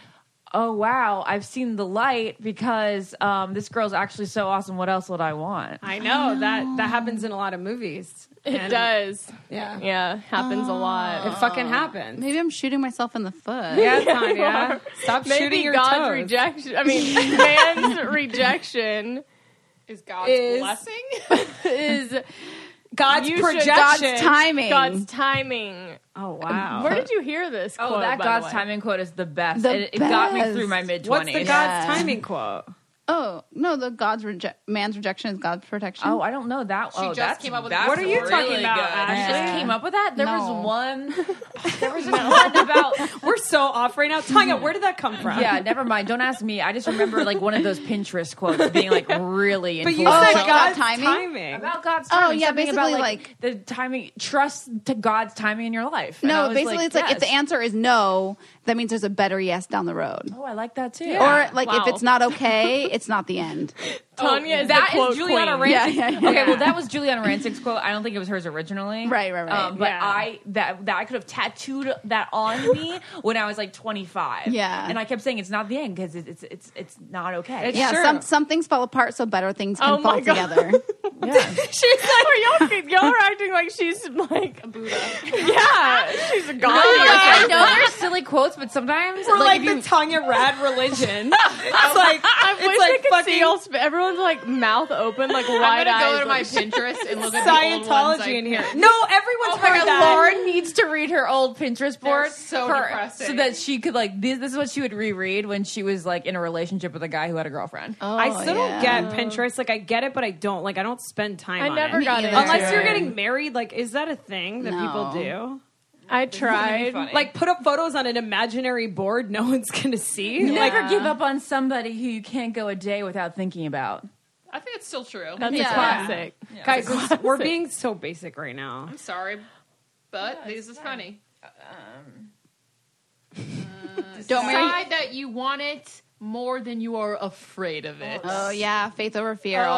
G: "Oh wow, I've seen the light because um, this girl's actually so awesome. What else would I want?"
A: I know that that happens in a lot of movies.
D: It does.
A: Yeah.
D: Yeah, happens a lot.
A: It fucking happens.
B: Maybe I'm shooting myself in the foot.
A: yeah, Tanya. Stop shooting
D: Maybe
A: your
D: God's
A: toes.
D: rejection. I mean, [LAUGHS] man's rejection
E: Is God's
D: Is-
E: blessing?
D: is
A: God's
D: you should-
A: projection.
B: God's timing.
D: God's timing.
A: oh wow.
D: Where did you hear this?
G: Oh,
D: quote,
G: that
D: by
G: God's
D: the way?
G: timing quote is the best.
B: The
G: it, it got me
B: best.
G: through my mid
A: What's the
G: twenties.
A: God's timing quote?
B: Oh no, the God's reje- man's rejection is God's protection.
G: Oh, I don't know that. oh,
E: just
G: that's-
E: came up with-
G: that's
E: What are you
A: talking
G: really
A: about,
G: good.
A: Ashley?
G: You just came up with that. There
B: No. [LAUGHS]
G: was one. There was just one about
A: We're so off right now. Tanya, where did that come from?
G: Yeah, never mind. Don't ask me. I just remember like one of those Pinterest quotes being like really
A: But you
G: influential.
A: said
B: about
A: God's timing.
B: Oh, timing?
G: about God's
B: Oh,
G: timing.
B: yeah,
G: something about,
B: basically,
G: like, the timing. Trust to God's timing in your life. And I
B: no,
G: was
B: basically it's like if the
G: yes.
B: answer is no, that means there's a better yes down the road.
G: Oh, I like that too.
B: Or like
D: Wow.
B: if it's not okay, [LAUGHS] it's not the end.
G: Oh,
D: Tanya is
G: that
D: the quote
G: is Juliana
D: queen.
G: Rancic.
B: Yeah, yeah,
G: Okay,
A: [LAUGHS]
G: well that was Juliana Rancic's quote. I don't think it was hers originally.
B: Right, right, right.
G: Um, but
A: Yeah.
G: I that that I could have tattooed that on
A: [LAUGHS]
G: me when I was like 25.
B: Yeah.
G: and I kept saying it's not the end because it, it's it's it's not okay.
A: It's-
B: Yeah,
A: Sure.
B: some some things fall apart so better things can
D: Oh
B: fall
D: my God.
B: together.
G: yeah.
D: She's like, y'all, y'all are acting like she's like a Buddha. Yeah, she's a god.
G: No, like, I know there's silly quotes, but sometimes
A: We're like,
G: if you-
A: the Tanya Rad religion. it's like
D: I wish
A: it's
D: I
A: like
D: could
A: fucking
D: see y'all. Sp- everyone's like mouth open, like
E: I'm
D: wide
E: gonna
D: eyes.
E: go to my
D: like,
E: Pinterest and look at the old ones I-
A: Scientology in here. No, "Oh, everyone's
G: Like,
A: heard that.
G: Oh Lauren needs to read her old Pinterest board
E: so
G: for-
E: depressing.
G: so that she could like this, this is what she would reread when she was like in a relationship with a guy who had a girlfriend.
A: I still don't get Pinterest. Like I get it, but I don't. Like I don't spend time.
D: I
A: on
D: never
A: it.
D: got it.
B: either.
A: Unless you're getting married, like is that a thing that people
B: No.
A: do?
D: I tried.
A: Like put up photos on an imaginary board no [LAUGHS] one's gonna see. Like
G: Never give up on somebody who you can't go a day without thinking about.
E: I think it's still true.
D: That's
B: Yeah.
D: a classic.
A: guys, we're- we're being so basic right now.
E: I'm sorry, but this is funny.
C: Uh, um,
B: don't marry
E: Decide that you want it more than you are afraid of it.
B: Oh yeah, faith over fear
D: Oh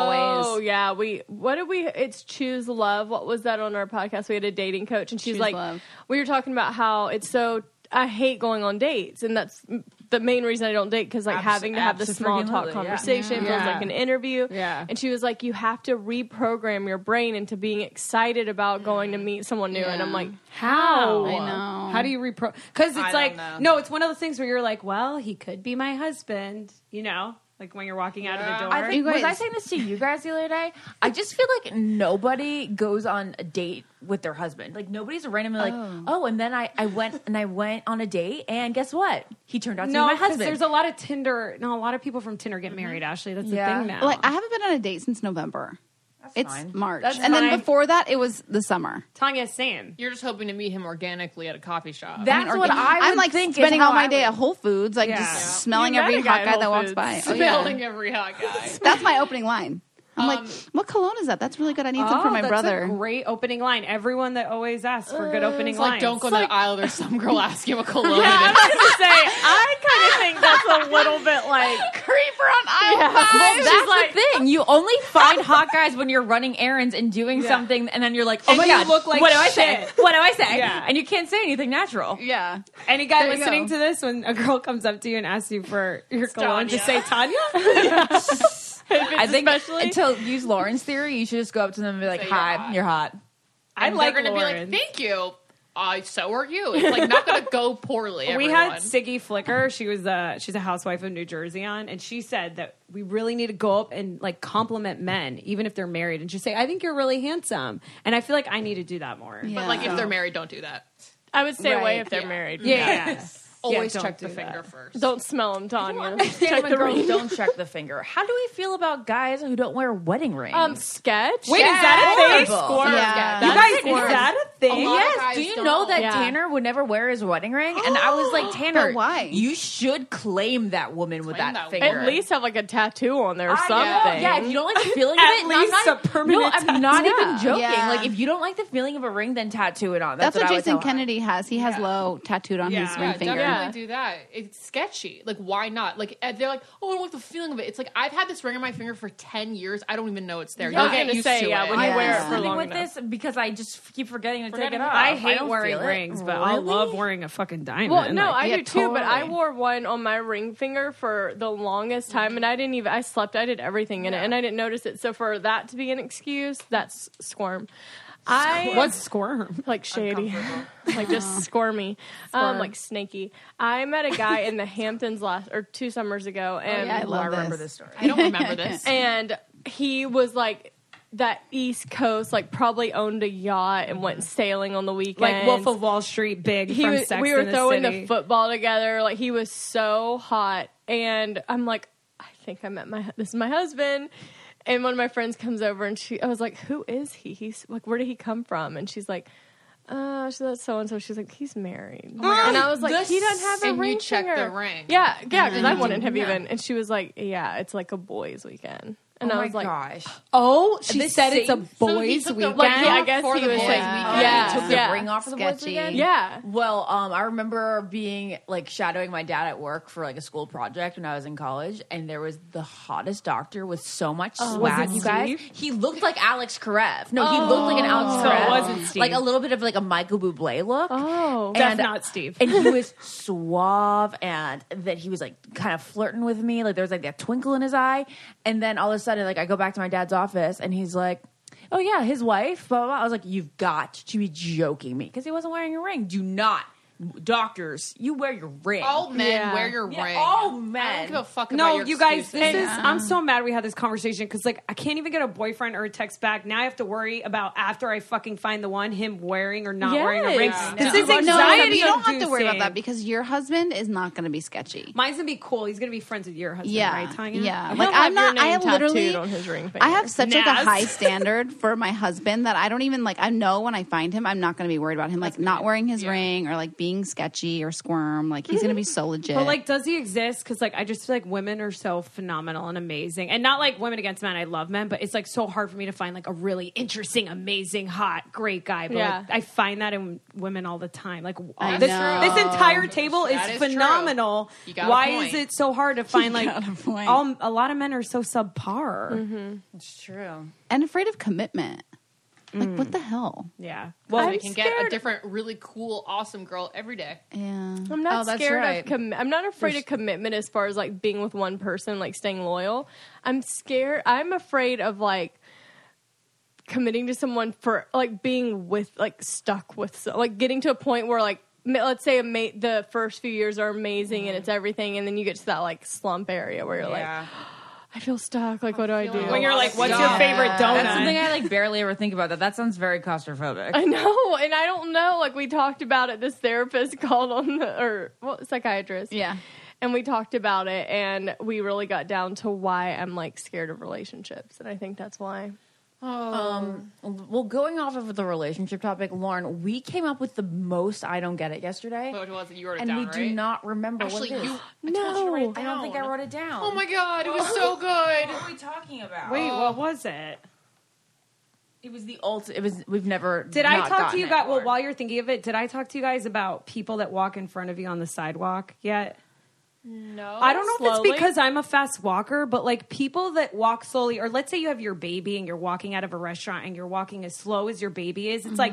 B: always.
D: yeah, we what did we? It's choose love. What was that on our podcast? We had a dating coach, and she's
B: Choose
D: like,
B: love.
D: we were talking about how it's so. I hate going on dates, and that's m- the main reason I don't date because like
G: Abs-
D: having to have this small talk
G: abso-freaking-lutely, yeah.
D: conversation feels
A: Yeah.
D: like an interview.
A: Yeah.
D: And she was like, you have to reprogram your brain into being excited about going to meet someone new. And I'm
B: Yeah.
D: like,
A: How?
B: I know.
A: How do you repro? Because it's
E: I don't
A: like
E: know.
A: no, it's one of those things where you're like, well, he could be my husband, you know. Like when you're walking out of the door.
G: I think,
B: You
G: was I
B: guys-
G: saying this to you guys the other day? I just feel like nobody goes on a date with their husband. Like nobody's randomly like, oh, and then I, I went and I went on a date, and guess what? He turned out to
A: no,
G: be my
A: 'cause
G: husband.
A: there's a lot of Tinder. No, a lot of people from Tinder get married. Ashley, that's
G: Yeah.
A: the thing now.
B: Like I haven't been on a date since November. it's
G: fine.
B: March,
G: That's
B: and then
G: fine.
B: before that, it was the summer.
A: Tanya, same.
C: You're just hoping to meet him organically at a coffee shop.
G: That's
B: Or-
G: what I would
B: I'm like
G: think is
B: spending
G: how
B: all my
G: I
B: day
G: would-
B: at Whole Foods, like
A: Yeah.
B: just smelling
D: You met
B: every
D: a guy
B: hot
D: at
B: guy
D: Whole
B: that walks
D: Foods.
B: by.
C: [LAUGHS]
B: Oh, yeah. [LAUGHS]
C: Smelling every hot guy.
B: That's my opening line. I'm like, what cologne is that? That's really good. I need some for
A: Oh,
B: my
A: that's
B: brother.
A: A great opening line. Everyone that always asks for good opening
C: It's
A: lines.
C: like, don't
A: [LAUGHS]
C: go to the aisle. There's some girl asking him a
A: I was
C: cologne.
A: gonna say, I kind of think that's a little bit like
B: [LAUGHS] Creeper on aisle
G: [LAUGHS] Well,
B: five.
G: that's the thing. You only find hot guys when you're running errands and doing something, and then you're like, "Oh my
A: you
G: god,
A: look like
G: what do I say?
A: shit.
G: What do I say?"
A: Yeah.
G: And you can't say anything natural.
B: Yeah.
A: any guy
B: There you
A: listening
B: go.
A: to this when a girl comes up to you and asks you for your cologne, just say
C: Tanya.
A: Tanya.
G: I think until use Lauren's theory, you should just go up to them and be like,
C: Say you're
G: "Hi,
C: hot."
G: you're hot."
A: I
C: And
A: like
C: they're gonna
A: Lauren.
C: be like, thank you. Uh, so are you. It's like not gonna go poorly.
A: we
C: everyone.
A: had Siggy Flicker. She was a she's a housewife of New Jersey on, and she said that we really need to go up and like compliment men, even if they're married, and just say, "I think you're really handsome." And I feel like I need to do that more. Yeah,
C: But like if they're married, don't do that.
D: I would stay away
B: Right.
D: if they're married.
A: yeah.
C: Always
A: don't
C: check the
A: do
C: finger
A: that.
C: first.
D: Don't smell them, Tanya.
G: Check
D: Check the ring.
G: [LAUGHS] Don't check the finger. How do we feel about guys who don't wear wedding rings?
D: Um, sketch.
A: Wait, is that a thing?
G: Horrible.
A: Squirt.
B: Yeah.
A: You
B: That's
A: guys,
G: it.
A: is that a thing?
C: A lot of
G: Yes.
C: guys
G: Do you
C: don't.
G: know that
D: Yeah.
G: Tanner would never wear his wedding ring? And I was like, Tanner,
B: But why?
G: You should claim that woman with
C: Claim that
G: that, finger.
C: woman.
D: At least have like a tattoo on there or
G: I know.
D: something.
G: Yeah, if you don't like the feeling of
A: At
G: it, no, I'm
A: least
G: not-
A: a permanent
G: No, I'm not
B: tattoo.
G: even joking.
B: Yeah.
G: Like if you don't like the feeling of a ring, then tattoo it on. That's,
B: That's,
G: I
B: what
G: would
B: Jason
G: tell her.
B: Kennedy has. He has low tattooed on his
A: Yeah.
B: ring
C: Yeah,
B: finger.
C: definitely do that. It's sketchy. Like, why not? Like, and they're like, oh, I don't like the feeling of it. It's like I've had this ring on my finger for ten years. I don't even know it's there.
D: Yeah, I
C: You'll
D: was
C: get
D: gonna
C: used
D: say,
C: to
D: yeah,
C: it.
D: when you
B: Yeah.
D: wear it
B: I'm
D: for
G: Something
D: long
G: with
D: enough.
G: this because I just keep forgetting to
C: Forgetting
G: take it
C: it.
G: off.
A: I
G: don't
A: hate
G: feel
A: wearing
G: it.
A: rings, but I
G: Really?
A: love wearing a fucking diamond.
D: Well, no,
A: Like,
D: I
A: yeah,
D: do too, but I
A: totally.
D: wore one on my ring finger for the longest time, and I didn't even, I slept, I did everything in it, and I didn't notice it. So for that to be an excuse, that's squirm. I
A: What's squirm?
D: like shady, [LAUGHS] like just squirmy, um, like snaky. I met a guy in the Hamptons last or two summers ago,
A: Oh,
D: and
B: yeah, I love
G: I remember
B: this.
G: this story.
C: I don't remember
B: [LAUGHS]
C: this.
D: and he was like that East Coast, like probably owned a yacht and went sailing on the weekend.
A: Like Wolf of Wall Street, big
D: he
A: from
D: was,
A: Sex
D: we were
A: and the
D: throwing
A: City.
D: the football together. Like he was so hot, and I'm like, I think I met my this is my husband. And one of my friends comes over, and she, I was like, who is he? He's like, where did he come from? And she's like. Uh, she's like so and so. She's like, he's married, and I was like,
C: This-
D: he doesn't have a
C: and you
D: ring.
C: checked the
D: finger."
C: ring. Mm-hmm.
D: Yeah, yeah, because I wouldn't have even. And she was like, yeah, it's like a boys' weekend, and
G: Oh
D: I was like,
G: gosh.
A: oh, she
G: This
A: said it's a
G: same-
A: boys' weekend.
D: Like, yeah, I guess
C: for
D: he
C: the
D: was
C: boys'
D: like,
C: weekend.
D: yeah,
G: He took the
D: yeah.
G: ring off for the boys
B: Sketchy.
G: weekend.
D: yeah.
G: Well, um, I remember being like shadowing my dad at work for like a school project when I was in college, and there was the hottest doctor with so much swag.
A: Oh, it
G: You guys,
A: Steve?
G: he looked like Alex Karev. No, he looked like an Alex
A: Oh. So it
G: Karev.
A: wasn't Steve.
G: Like a little bit of like a Michael Bublé look.
D: Oh.
A: That's not Steve.
G: And he was suave, and that he was like kind of flirting with me. Like there was like that twinkle in his eye, and then all of a sudden, like I go back to my dad's office, and he's like. Oh yeah, his wife. Blah blah. blah. I was like, you've got to be joking me because he wasn't wearing a ring. Do not, doctors, you wear your ring.
C: all men
D: Yeah.
C: wear your
G: Yeah,
C: ring.
G: all
C: I
G: men.
C: don't give a fuck. about
A: no,
C: your
A: you guys,
C: excuses.
A: this is. I'm so mad we had this conversation because like I can't even get a boyfriend or a text back. Now I have to worry about after I fucking find the one, him wearing or not wearing a ring.
D: Yes.
A: This
B: No,
A: is
B: no,
A: anxiety.
B: you don't have to worry about that
A: inducing.
B: because your husband is not going to be sketchy.
A: Mine's gonna be cool. He's gonna be friends with your husband,
B: yeah,
A: right, Tanya?
B: yeah.
D: He'll
B: Like
D: have
B: I'm
D: your
B: not. I
D: name
B: have literally.
D: tattooed on his ring
B: I
D: finger.
B: have such like
A: Nas.
B: a
G: [LAUGHS]
B: high standard for my husband that I don't even like. I know when I find him, I'm not going to be worried about him like not wearing his ring or like being sketchy or squirm. Like he's going to be so legit.
A: But like, does he exist? Because like, I just feel like women are so phenomenal and amazing, and not like women against men. I love men, but it's like so hard for me to find like a really interesting, amazing, hot, great guy. But
D: Yeah.
A: like, I find that in women all the time. Like, all-
B: I
A: this
B: know.
A: this entire table is,
C: That is true.
A: phenomenal.
C: You got a
A: Why
C: point.
A: is it so
C: [LAUGHS]
A: hard to find like
B: got a point.
A: all, a lot of men are so subpar?
C: Mm-hmm.
G: It's true.
B: and afraid of commitment. Like what
D: Mm.
B: the hell?
A: Yeah.
C: So
A: Well,
C: we
A: we
C: can get a different, really cool, awesome girl every day.
B: Yeah.
D: I'm not
G: Oh, that's
D: scared
G: right.
D: of com- I'm not afraid of commitment as far as like being with one person, like staying loyal. I'm scared. I'm afraid of like committing to someone for like being with like stuck with so, like getting to a point where like ma- let's say ama- the first few years are amazing and it's everything, and then you get to that like slump area where you're like, I feel stuck. Like, what do I do?
E: When you're like, what's your favorite donut?
G: That's something I like barely ever think about. That that sounds very claustrophobic.
D: [LAUGHS] I know, and I don't know. Like we talked about it. This therapist [LAUGHS] called on the or well, psychiatrist.
B: Yeah.
D: and we talked about it, and we really got down to why I'm like scared of relationships, and I think that's why.
F: Um, Well, going off of the relationship topic, Lauren, we came up with the most I don't get it yesterday.
C: What was it? You wrote it
F: and
C: down,
F: we
C: right?
F: do not remember
C: Actually,
F: what it is.
C: you-
F: no, I don't think I wrote it down.
C: Oh my god, it was so good.
F: What are we talking about?
A: Wait, what was it?
F: Oh. It was the ult. It was. We've never.
A: Did I
F: not
A: talk to
F: gotten
A: you
F: it
A: guys? Well,
F: before.
A: while you're thinking of it, did I talk to you guys about people that walk in front of you on the sidewalk yet?
C: No,
A: I don't know if
D: slowly?
A: it's because I'm a fast walker, but like people that walk slowly, or let's say you have your baby and you're walking out of a restaurant and you're walking as slow as your baby is, it's like,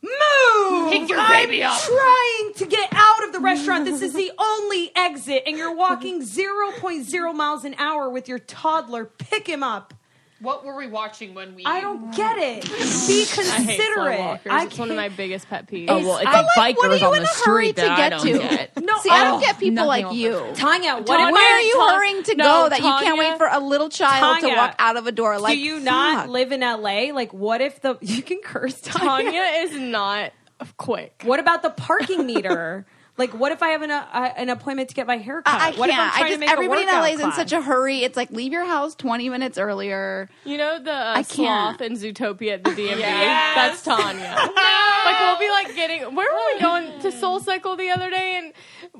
A: move!
C: Pick your
A: I'm
C: baby up."
A: trying to get out of the restaurant. This is the only exit, and you're walking 0.0 miles an hour with your toddler. Pick him up.
C: What were we watching when we?
A: I don't get it. Be
D: I hate slow
A: considerate.
D: walkers. it's one of my biggest pet peeves.
G: Oh well, it's the
B: like, what are
G: bikers
B: you
G: on
B: in
G: the
B: a hurry
G: street
B: to
G: that I
B: get
G: don't
B: to?
G: get. Oh,
A: No,
B: See,
A: I
B: [LAUGHS] I don't
A: don't-
B: get people
G: nothing
B: like
G: will
B: you.
A: Tanya, what
D: Tanya-
A: am
B: Where
A: I
B: are you
D: Tanya-
B: hurrying to
D: no,
B: go that you can't
D: Tanya-
B: wait for a little child to
A: Tanya,
B: walk out of a door? Like,
A: do you not
B: fuck.
A: live in LA? Like, what if the [LAUGHS] you can
B: [LAUGHS]
A: curse Tanya?
D: Tanya is not quick.
A: What about the parking meter? [LAUGHS] like, what if I have an uh, uh, an appointment to get my hair cut?
B: I, I
A: What if I'm trying
B: can't. Oh, I
A: to
B: just
A: make
B: everybody
A: a
B: in
A: workout
B: LA is in
A: class?
B: such a hurry. It's like leave your house twenty minutes earlier.
D: You know the uh,
B: I
D: sloth
B: can't.
D: and Zootopia at the DMV? That's
G: [LAUGHS]
D: Tanya. Like we'll be like getting where were we going to Soul Cycle the other day and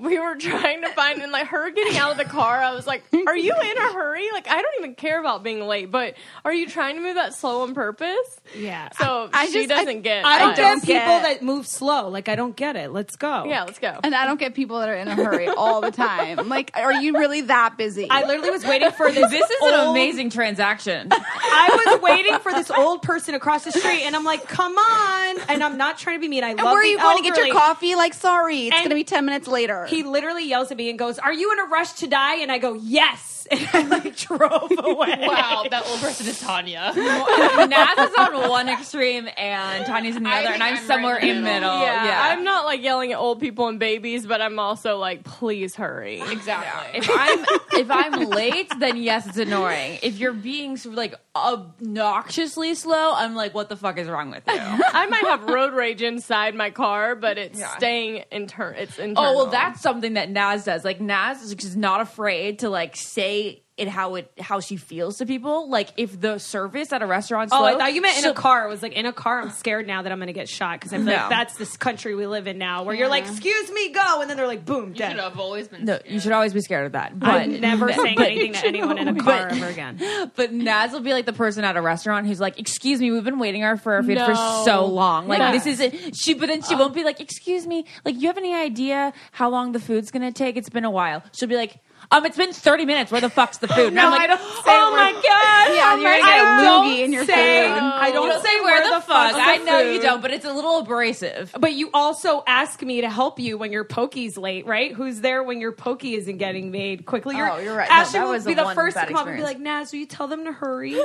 D: we were [LAUGHS] trying to find and like her getting out of the car, I was like, Are you in a hurry? Like I don't even care about being late, but are you trying to move that slow on purpose?
A: yeah.
D: So
B: I- I
D: she
B: just- I-
D: doesn't get
A: I don't
D: that.
A: get
B: don't
A: people
B: get-
A: that move slow. Like, I don't get it. Let's go.
D: Yeah, let's go.
B: And I don't get people that are in a hurry all the time. I'm Like, are you really that busy?
A: I literally was waiting
B: [LAUGHS]
A: for this.
G: This is an amazing transaction.
A: I was waiting for this old person across the street, and I'm like, "Come on!" And I'm not trying to be mean. I
B: and
A: love
B: where are
A: the
B: you going to get your
A: elderly.
B: coffee? Like, sorry, it's
A: And
B: going to be ten minutes later.
A: He literally yells at me and goes, "Are you in a rush to die?" And I go, "Yes." [LAUGHS] And I like
B: [LAUGHS]
A: drove away.
C: Wow, that old person is [LAUGHS] Tanya.
G: Naz is on one extreme and Tanya's in the
C: I
G: other,
C: think
G: and I'm,
C: I'm right
G: somewhere
C: in the
G: in
C: middle.
G: middle.
D: yeah,
G: Yeah,
D: I'm not like yelling at old people and babies, but I'm also like, please
G: [LAUGHS]
D: hurry.
C: exactly.
G: if
F: [LAUGHS]
G: I'm if I'm late, then yes, it's annoying. If you're being like obnoxiously slow, I'm like, what the fuck is wrong with you?
D: I might have road rage inside my car, but it's staying inter- it's internal.
G: Oh well, that's something that Naz does. Like Naz is just not afraid to like say it how it how she feels to people. Like if the service at a restaurant.
A: Oh, I thought you meant in a car. It was like in a car. I'm scared now that I'm going to get shot because I'm
G: No.
A: like that's this country we live in now, where you're like, "Excuse me, go," and then they're like, "Boom,
C: You should
A: dead."
C: have always been.
G: No, you should always be scared of that. But
A: I'm never saying anything to anyone in a car ever again.
G: But Naz will be like the person at a restaurant who's like, "Excuse me, we've been waiting our for our food for so long. Like this is it." She, but then she won't be like, "Excuse me, like you have any idea how long the food's gonna take? It's been a while." She'll be like, "Um, it's been thirty minutes. Where the fuck's the food?" And I'm like,
A: I don't say oh my god!
B: yeah, you're going to get
A: I
B: a
A: don't
B: loogie in your
A: say,
B: food.
A: I don't,
G: You don't say where, the, fuck. I know you don't, but it's a little abrasive.
A: But you also ask me to help you when your pokey's late, right? Who's there when your pokey isn't getting made quickly? You're,
F: Oh, you're right. No,
A: Ashley
F: that
A: will
F: was
A: be
F: the
A: the
F: one
A: first to
F: bad
A: come up and be like,
F: experience.
A: "Naz, will you tell them to hurry?"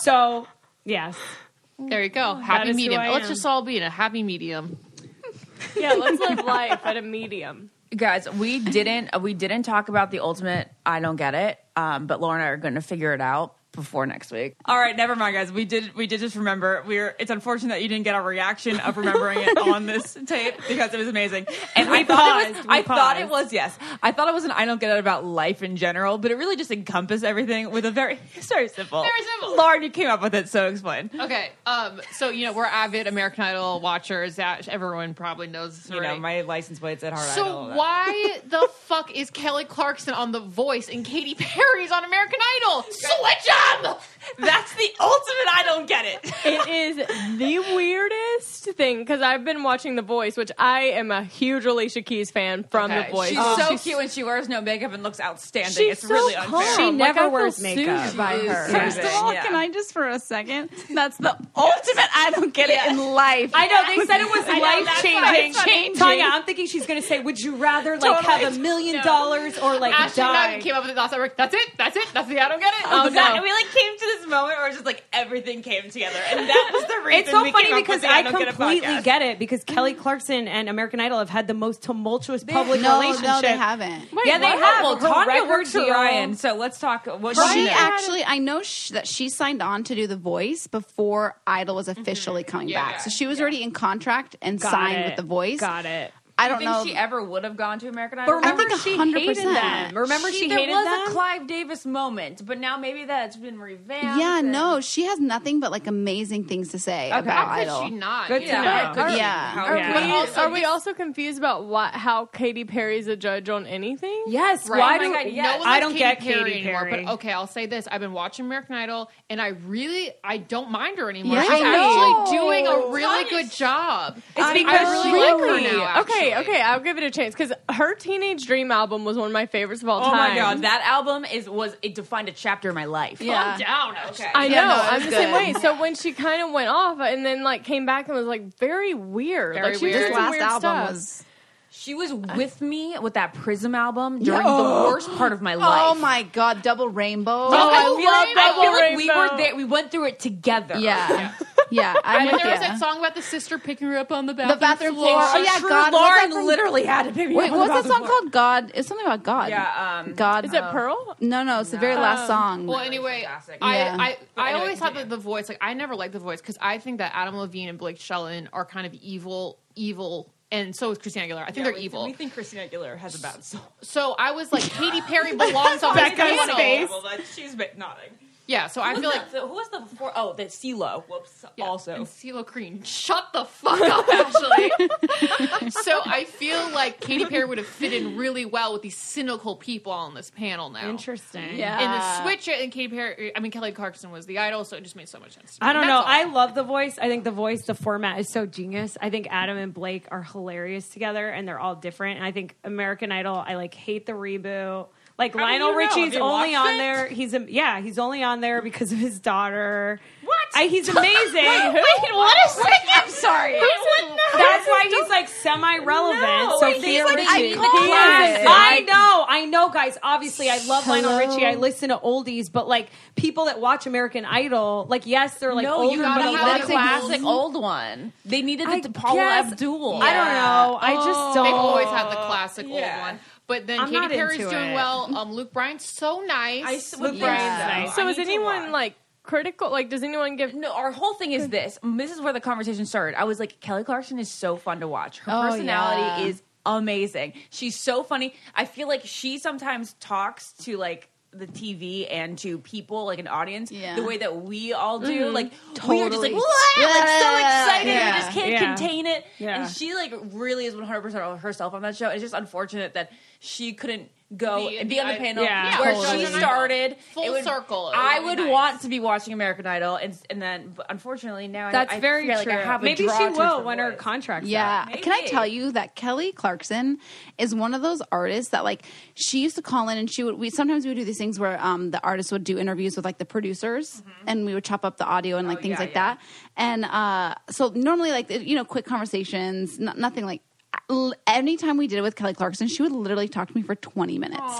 A: so, yes,
C: There you go. Happy
A: is who
C: medium.
A: I
C: Let's
A: am.
C: just all be in a happy medium.
D: yeah. Let's live life at a medium.
G: guys we didn't we didn't talk about the ultimate i don't get it um, but laura and i are going to figure it out before next week all right never mind guys we did we did just remember we're it's unfortunate that you didn't get our reaction of remembering it on [LAUGHS] this tape because it was amazing and i thought it was
A: paused, we
G: i thought it
A: paused.
G: was yes i thought it was an i don't get it about life in general but it really just encompassed everything with a very [LAUGHS] it's very simple
C: Very simple.
G: lauren you came up with it so explain
C: Okay. Um. So you know we're avid American Idol watchers. That everyone probably knows. This
I: You know,
C: already.
I: my license plate's at Hard Idol.
C: So why the fuck is Kelly Clarkson on The Voice and Katy Perry's on American Idol? Switch them.
I: That's the ultimate. I don't get it.
D: It is the weirdest thing because I've been watching The Voice, which I am a huge Alicia Keys fan from
C: Okay,
D: The Voice.
G: She's so cute and she wears no makeup and looks outstanding.
D: She's
G: it's really
D: so
G: unfair.
A: she
D: Like,
A: never
D: I feel
A: wears makeup.
D: soothed by her.
B: First of all,
G: Yeah.
B: can I just for a second?
A: [LAUGHS]
B: That's the ultimate I don't get it in life.
A: I know they said it was
B: I know,
A: life
B: that's why
A: changing.
B: it's funny.
A: Tanya, I'm thinking she's going to say, "Would you rather like have a million
C: No.
A: dollars or like
C: Ashley and I
A: die?"
C: came up with it last hour. That's it. That's it. That's the I don't get it.
A: Oh,
C: That-
A: no.
E: we like came to this moment where it's just like everything came together, and that was
B: [LAUGHS]
E: the reason.
A: It's so
E: we
A: funny
E: came up
A: because
E: with the
A: I
E: don't get it
A: completely
E: podcast.
A: get, it because Kelly Clarkson and American Idol have had the most tumultuous public
B: no,
A: relationship.
B: no, they haven't.
A: yeah, they have.
G: Well,
A: Her
G: Tanya
A: record
G: works for
A: deal-
G: Ryan, so let's talk. What
B: she actually, I know sh- that she signed on to do The Voice before Idol was officially coming
C: Yeah.
B: back. So she was already in contract and
A: Mm-hmm. Got
B: signed
A: it.
B: with The Voice.
A: Got it.
B: I
G: I
B: don't
G: think
B: know.
G: she ever would have gone to American Idol.
A: But remember,
B: think
A: she
B: 100%.
A: hated them. Remember, she,
G: there
A: hated
G: was
A: them.
G: a Clive Davis moment, but now maybe that's been revamped.
B: yeah,
G: and-
B: no, she has nothing but like amazing things to say about
C: How could she
B: Idol.
C: not?
G: Good
C: You
G: to
C: know,
G: know.
C: how could
G: Are-
C: she?
B: yeah.
C: How
D: Are,
C: could
D: we,
C: she? Also,
D: are we also confused about what how Katy Perry's a judge on anything?
A: yes.
C: Right.
A: Why
C: Oh
A: do
C: my God,
A: yes.
C: one
A: I
C: likes
A: don't
C: Katy
A: get
C: Perry
A: Katy
C: anymore?
A: Perry?
C: But okay, I'll say this: I've been watching American Idol, and I really, I don't mind her anymore.
B: Yeah,
C: She's
B: I
C: actually
B: know.
C: doing a really good job.
A: It's
C: I
A: because
C: really,
A: she-
C: like her now.
D: okay,
C: actually.
D: okay, I'll give it a chance because her Teenage Dream album was one of my favorites of all
G: Oh
D: time.
G: my god, that album is was it defined a chapter in my life.
B: Yeah.
C: Down. Okay.
D: I know.
B: Yeah, no, it
D: I'm
B: was
D: the same
B: good.
D: way. So when she kind of went off and then like came back and was like very weird.
C: Very
D: like she
C: weird.
D: was
B: This
D: doing
B: last
D: weird
B: album
D: stuff.
B: was.
G: [LAUGHS] She was with me with that Prism album during the worst part of my life.
B: Oh my god, Double Rainbow.
G: Oh, I,
D: I
G: feel
D: love
G: like, I feel
D: Double
G: like we
D: Rainbow.
G: were there. We went through it together.
B: [LAUGHS] Yeah, yeah. I'm
C: And
B: with
C: there was
B: you.
C: that song about the sister picking her up on the
B: the
C: bathroom,
B: bathroom floor. Oh yeah,
G: True,
B: God. what's that
G: Lauren
B: from-
G: literally had to pick me
B: Wait,
G: up. on the
B: what's that
G: bathroom
B: song
G: floor.
B: called? God. It's something about God.
G: Yeah, um,
B: God.
D: Is it Pearl?
B: No, no. It's the very last song.
C: Oh. Well, anyway,
G: Classic.
C: I,
B: Yeah.
C: I,
G: But
C: I
G: anyway,
C: always thought that
G: continue.
C: the voice, like, I never liked the voice because I think that Adam Levine and Blake Shelton are kind of evil, evil, and so is Christina Aguilera. I think they're evil.
G: We think Christina Aguilera has a bad soul.
C: so I was
A: [LAUGHS]
C: like, Katy Perry belongs on this panel.
I: But she's bit nodding.
C: Yeah, so I feel like. [LAUGHS]
G: the, who was the four? Oh, the CeeLo. Whoops.
C: Yeah,
G: Also,
C: and CeeLo Green, shut the fuck
A: [LAUGHS]
C: up. Actually, so I feel like Katy Perry would have fit in really well with these cynical people on this panel now.
A: Interesting.
B: Yeah.
C: And the switch it and Katy Perry, I mean Kelly Clarkson was the idol, so it just made so much sense. to me.
A: I don't
C: That's
A: know.
C: all.
A: I love the voice. I think the voice, the format is so genius. I think Adam and Blake are hilarious together and they're all different. And I think American Idol, I like hate the reboot. Like
I: do
A: Lionel
I: you know? Have
A: Richie's
I: you
A: only
I: watched
A: on
I: it?
A: there. He's a, yeah, he's only on there because of his daughter.
I: What? [LAUGHS]
A: I, he's amazing.
I: Wait, what is that?
G: I'm sorry.
A: That's why he's like semi-relevant.
I: No,
A: so
I: wait, he's, like,
A: theoretically-
I: iconic.
A: Yes, I know, I know, guys. Obviously, I love Lionel Richie. I listen to oldies, but like people that watch American Idol, like yes, they're like
G: no,
A: older,
G: Oh, you
A: but
G: gotta
A: I
C: have
G: have
A: like
G: the
C: the
G: classic old one. They needed
A: I
G: the to Paula
A: guess-
G: Abdul.
A: I don't know. Oh, I just don't.
C: They've always had the classic old one. But then
A: I'm not
C: Katy Perry's
A: into
C: doing
A: it.
C: well. Um, Luke Bryan's so nice.
A: Luke
G: Yeah.
A: Bryan's nice.
D: So
G: I
D: is
G: need to
D: anyone
G: watch.
D: like critical? Like, does anyone give?
G: No, our whole thing is this. and This is where the conversation started. I was like, Kelly Clarkson is so fun to watch. Her
B: Oh,
G: personality
B: yeah.
G: is amazing. She's so funny. I feel like she sometimes talks to like the TV and to people like an audience
B: Yeah.
G: the way that we all do. Like we are just like,
B: Totally.
G: "Wah!" like so
B: Yeah.
G: excited.
B: Yeah.
G: We just can't
A: Yeah.
G: contain it.
A: Yeah.
G: And she like really is 100% herself on that show. It's just unfortunate that she couldn't go
C: Be-
G: and be on the
C: I-
G: panel
A: Yeah.
G: where
C: Totally.
G: she started
C: Full
G: It would-
C: circle. It
G: I
C: would
G: would
C: be nice.
G: want to be watching American Idol, and and then but unfortunately now I-
A: That's
G: I,
A: very
G: feel
A: true.
G: like I have a
A: Maybe
G: draw
A: she
G: towards
A: will
G: the
A: when her
G: voice.
A: contract's
B: Yeah.
A: up.
B: Can I
G: Maybe.
B: tell you that Kelly Clarkson is one of those artists that like she used to call in and she would we sometimes we would do these things where um the artists would do interviews with like the producers and we would chop up the audio and like things
G: yeah,
B: like
G: yeah.
B: that. And uh so normally like you know quick conversations, not, nothing like l- Anytime we did it with Kelly Clarkson, she would literally talk to me for 20 minutes.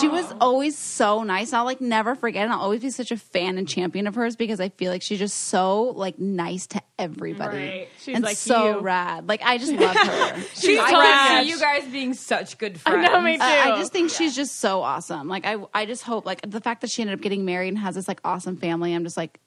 B: She was always so nice. I'll like never forget, and I'll always be such a fan and champion of hers because I feel like she's just so like nice to everybody
A: Right.
D: She's
B: and
D: like
B: so
D: you.
B: rad. Like I just
D: [LAUGHS]
B: love her.
A: She's
G: I can
A: trash.
G: see you guys being such good friends.
D: know, me too.
B: Uh, I I just think she's just so awesome. Like I, I just hope like the fact that she ended up getting married and has this like awesome family. I'm just like,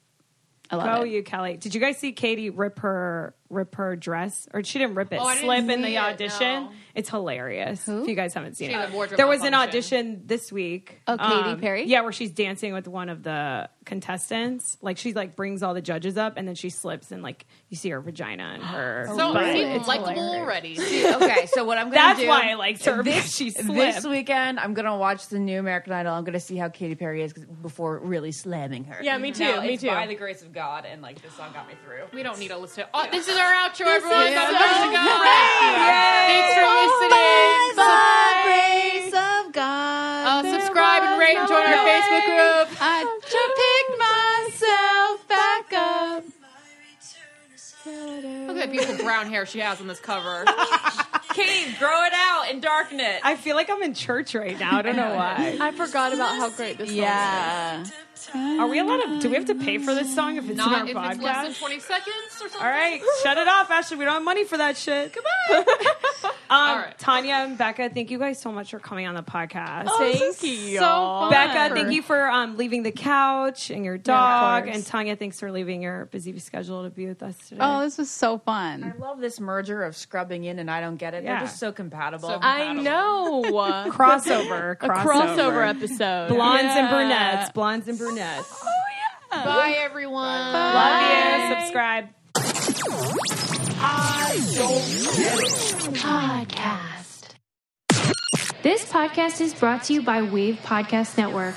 B: I love
D: Oh,
A: Go
B: it.
A: you, Kelly. Did you guys see Katie rip her rip her dress? Or she didn't rip it,
C: Oh, I didn't
A: slip in
C: see
A: the
C: it,
A: audition.
C: no.
A: It's hilarious. If you guys haven't seen
C: She had a
A: it.
C: wardrobe
A: There was an
C: malfunction.
A: audition this week. Um,
B: Oh, Katy Perry?
A: Yeah, where she's dancing with one of the contestants. Like she like brings all the judges up and then she slips and like you see her vagina and
D: [GASPS]
A: her
C: So
A: butt.
C: I
A: It's
C: seem likable
A: hilarious.
C: already.
G: [LAUGHS] okay, so what I'm gonna
A: That's
G: do-
A: why I liked her, because
G: This,
A: she
G: this
A: slipped.
G: weekend, I'm gonna watch the new American Idol. I'm gonna see how Katy Perry is 'cause- before really slamming her.
D: Yeah, me too,
G: Now,
D: me
G: it's
D: too.
G: By the grace of God, and like this song got me through.
C: We don't need a list. Oh, this is our outro, everyone.
B: is
C: Gotta
B: so
C: go to the guy. Thanks for listening.
B: Grace of God.
C: Uh, subscribe and rate and join our Facebook group.
B: I just picked myself back
G: Oh.
B: up.
C: Look at that beautiful brown hair she has on this cover.
G: cave, grow it out, and darken it.
A: I feel like I'm in church right now. I don't know why.
D: [LAUGHS] I forgot about how great this
B: Yeah.
A: Are we allowed to? Do we have to pay for this song if it's
C: Not if
A: in our
C: it's less than
A: podcast?
C: 20 seconds or something.
A: All right, shut it off, Ashley. We don't have money for that shit. Come on. [LAUGHS] um,
C: right.
A: Tanya and Becca, thank you guys so much for coming on the podcast.
D: song is. Thank
C: So
D: you.
C: fun.
A: Becca, thank you for um, leaving the couch and your dog.
F: course.
A: and Tanya, thanks for leaving your busy schedule to be with us today.
B: Oh, this was so fun.
G: I love this merger of scrubbing in and I don't get it.
A: Yeah.
G: They're just so compatible.
C: So-
D: I know.
G: [LAUGHS]
A: crossover,
D: A crossover episode.
A: Blondes and brunettes. Blondes and brunettes.
C: Bye, everyone.
A: Love you. Subscribe.
J: Podcast. This podcast is brought to you by Wave Podcast Network.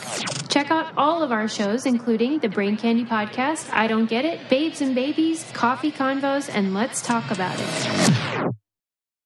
J: Check out all of our shows, including the Brain Candy Podcast, I Don't Get It, Babes and Babies, Coffee Convos, and Let's Talk About It.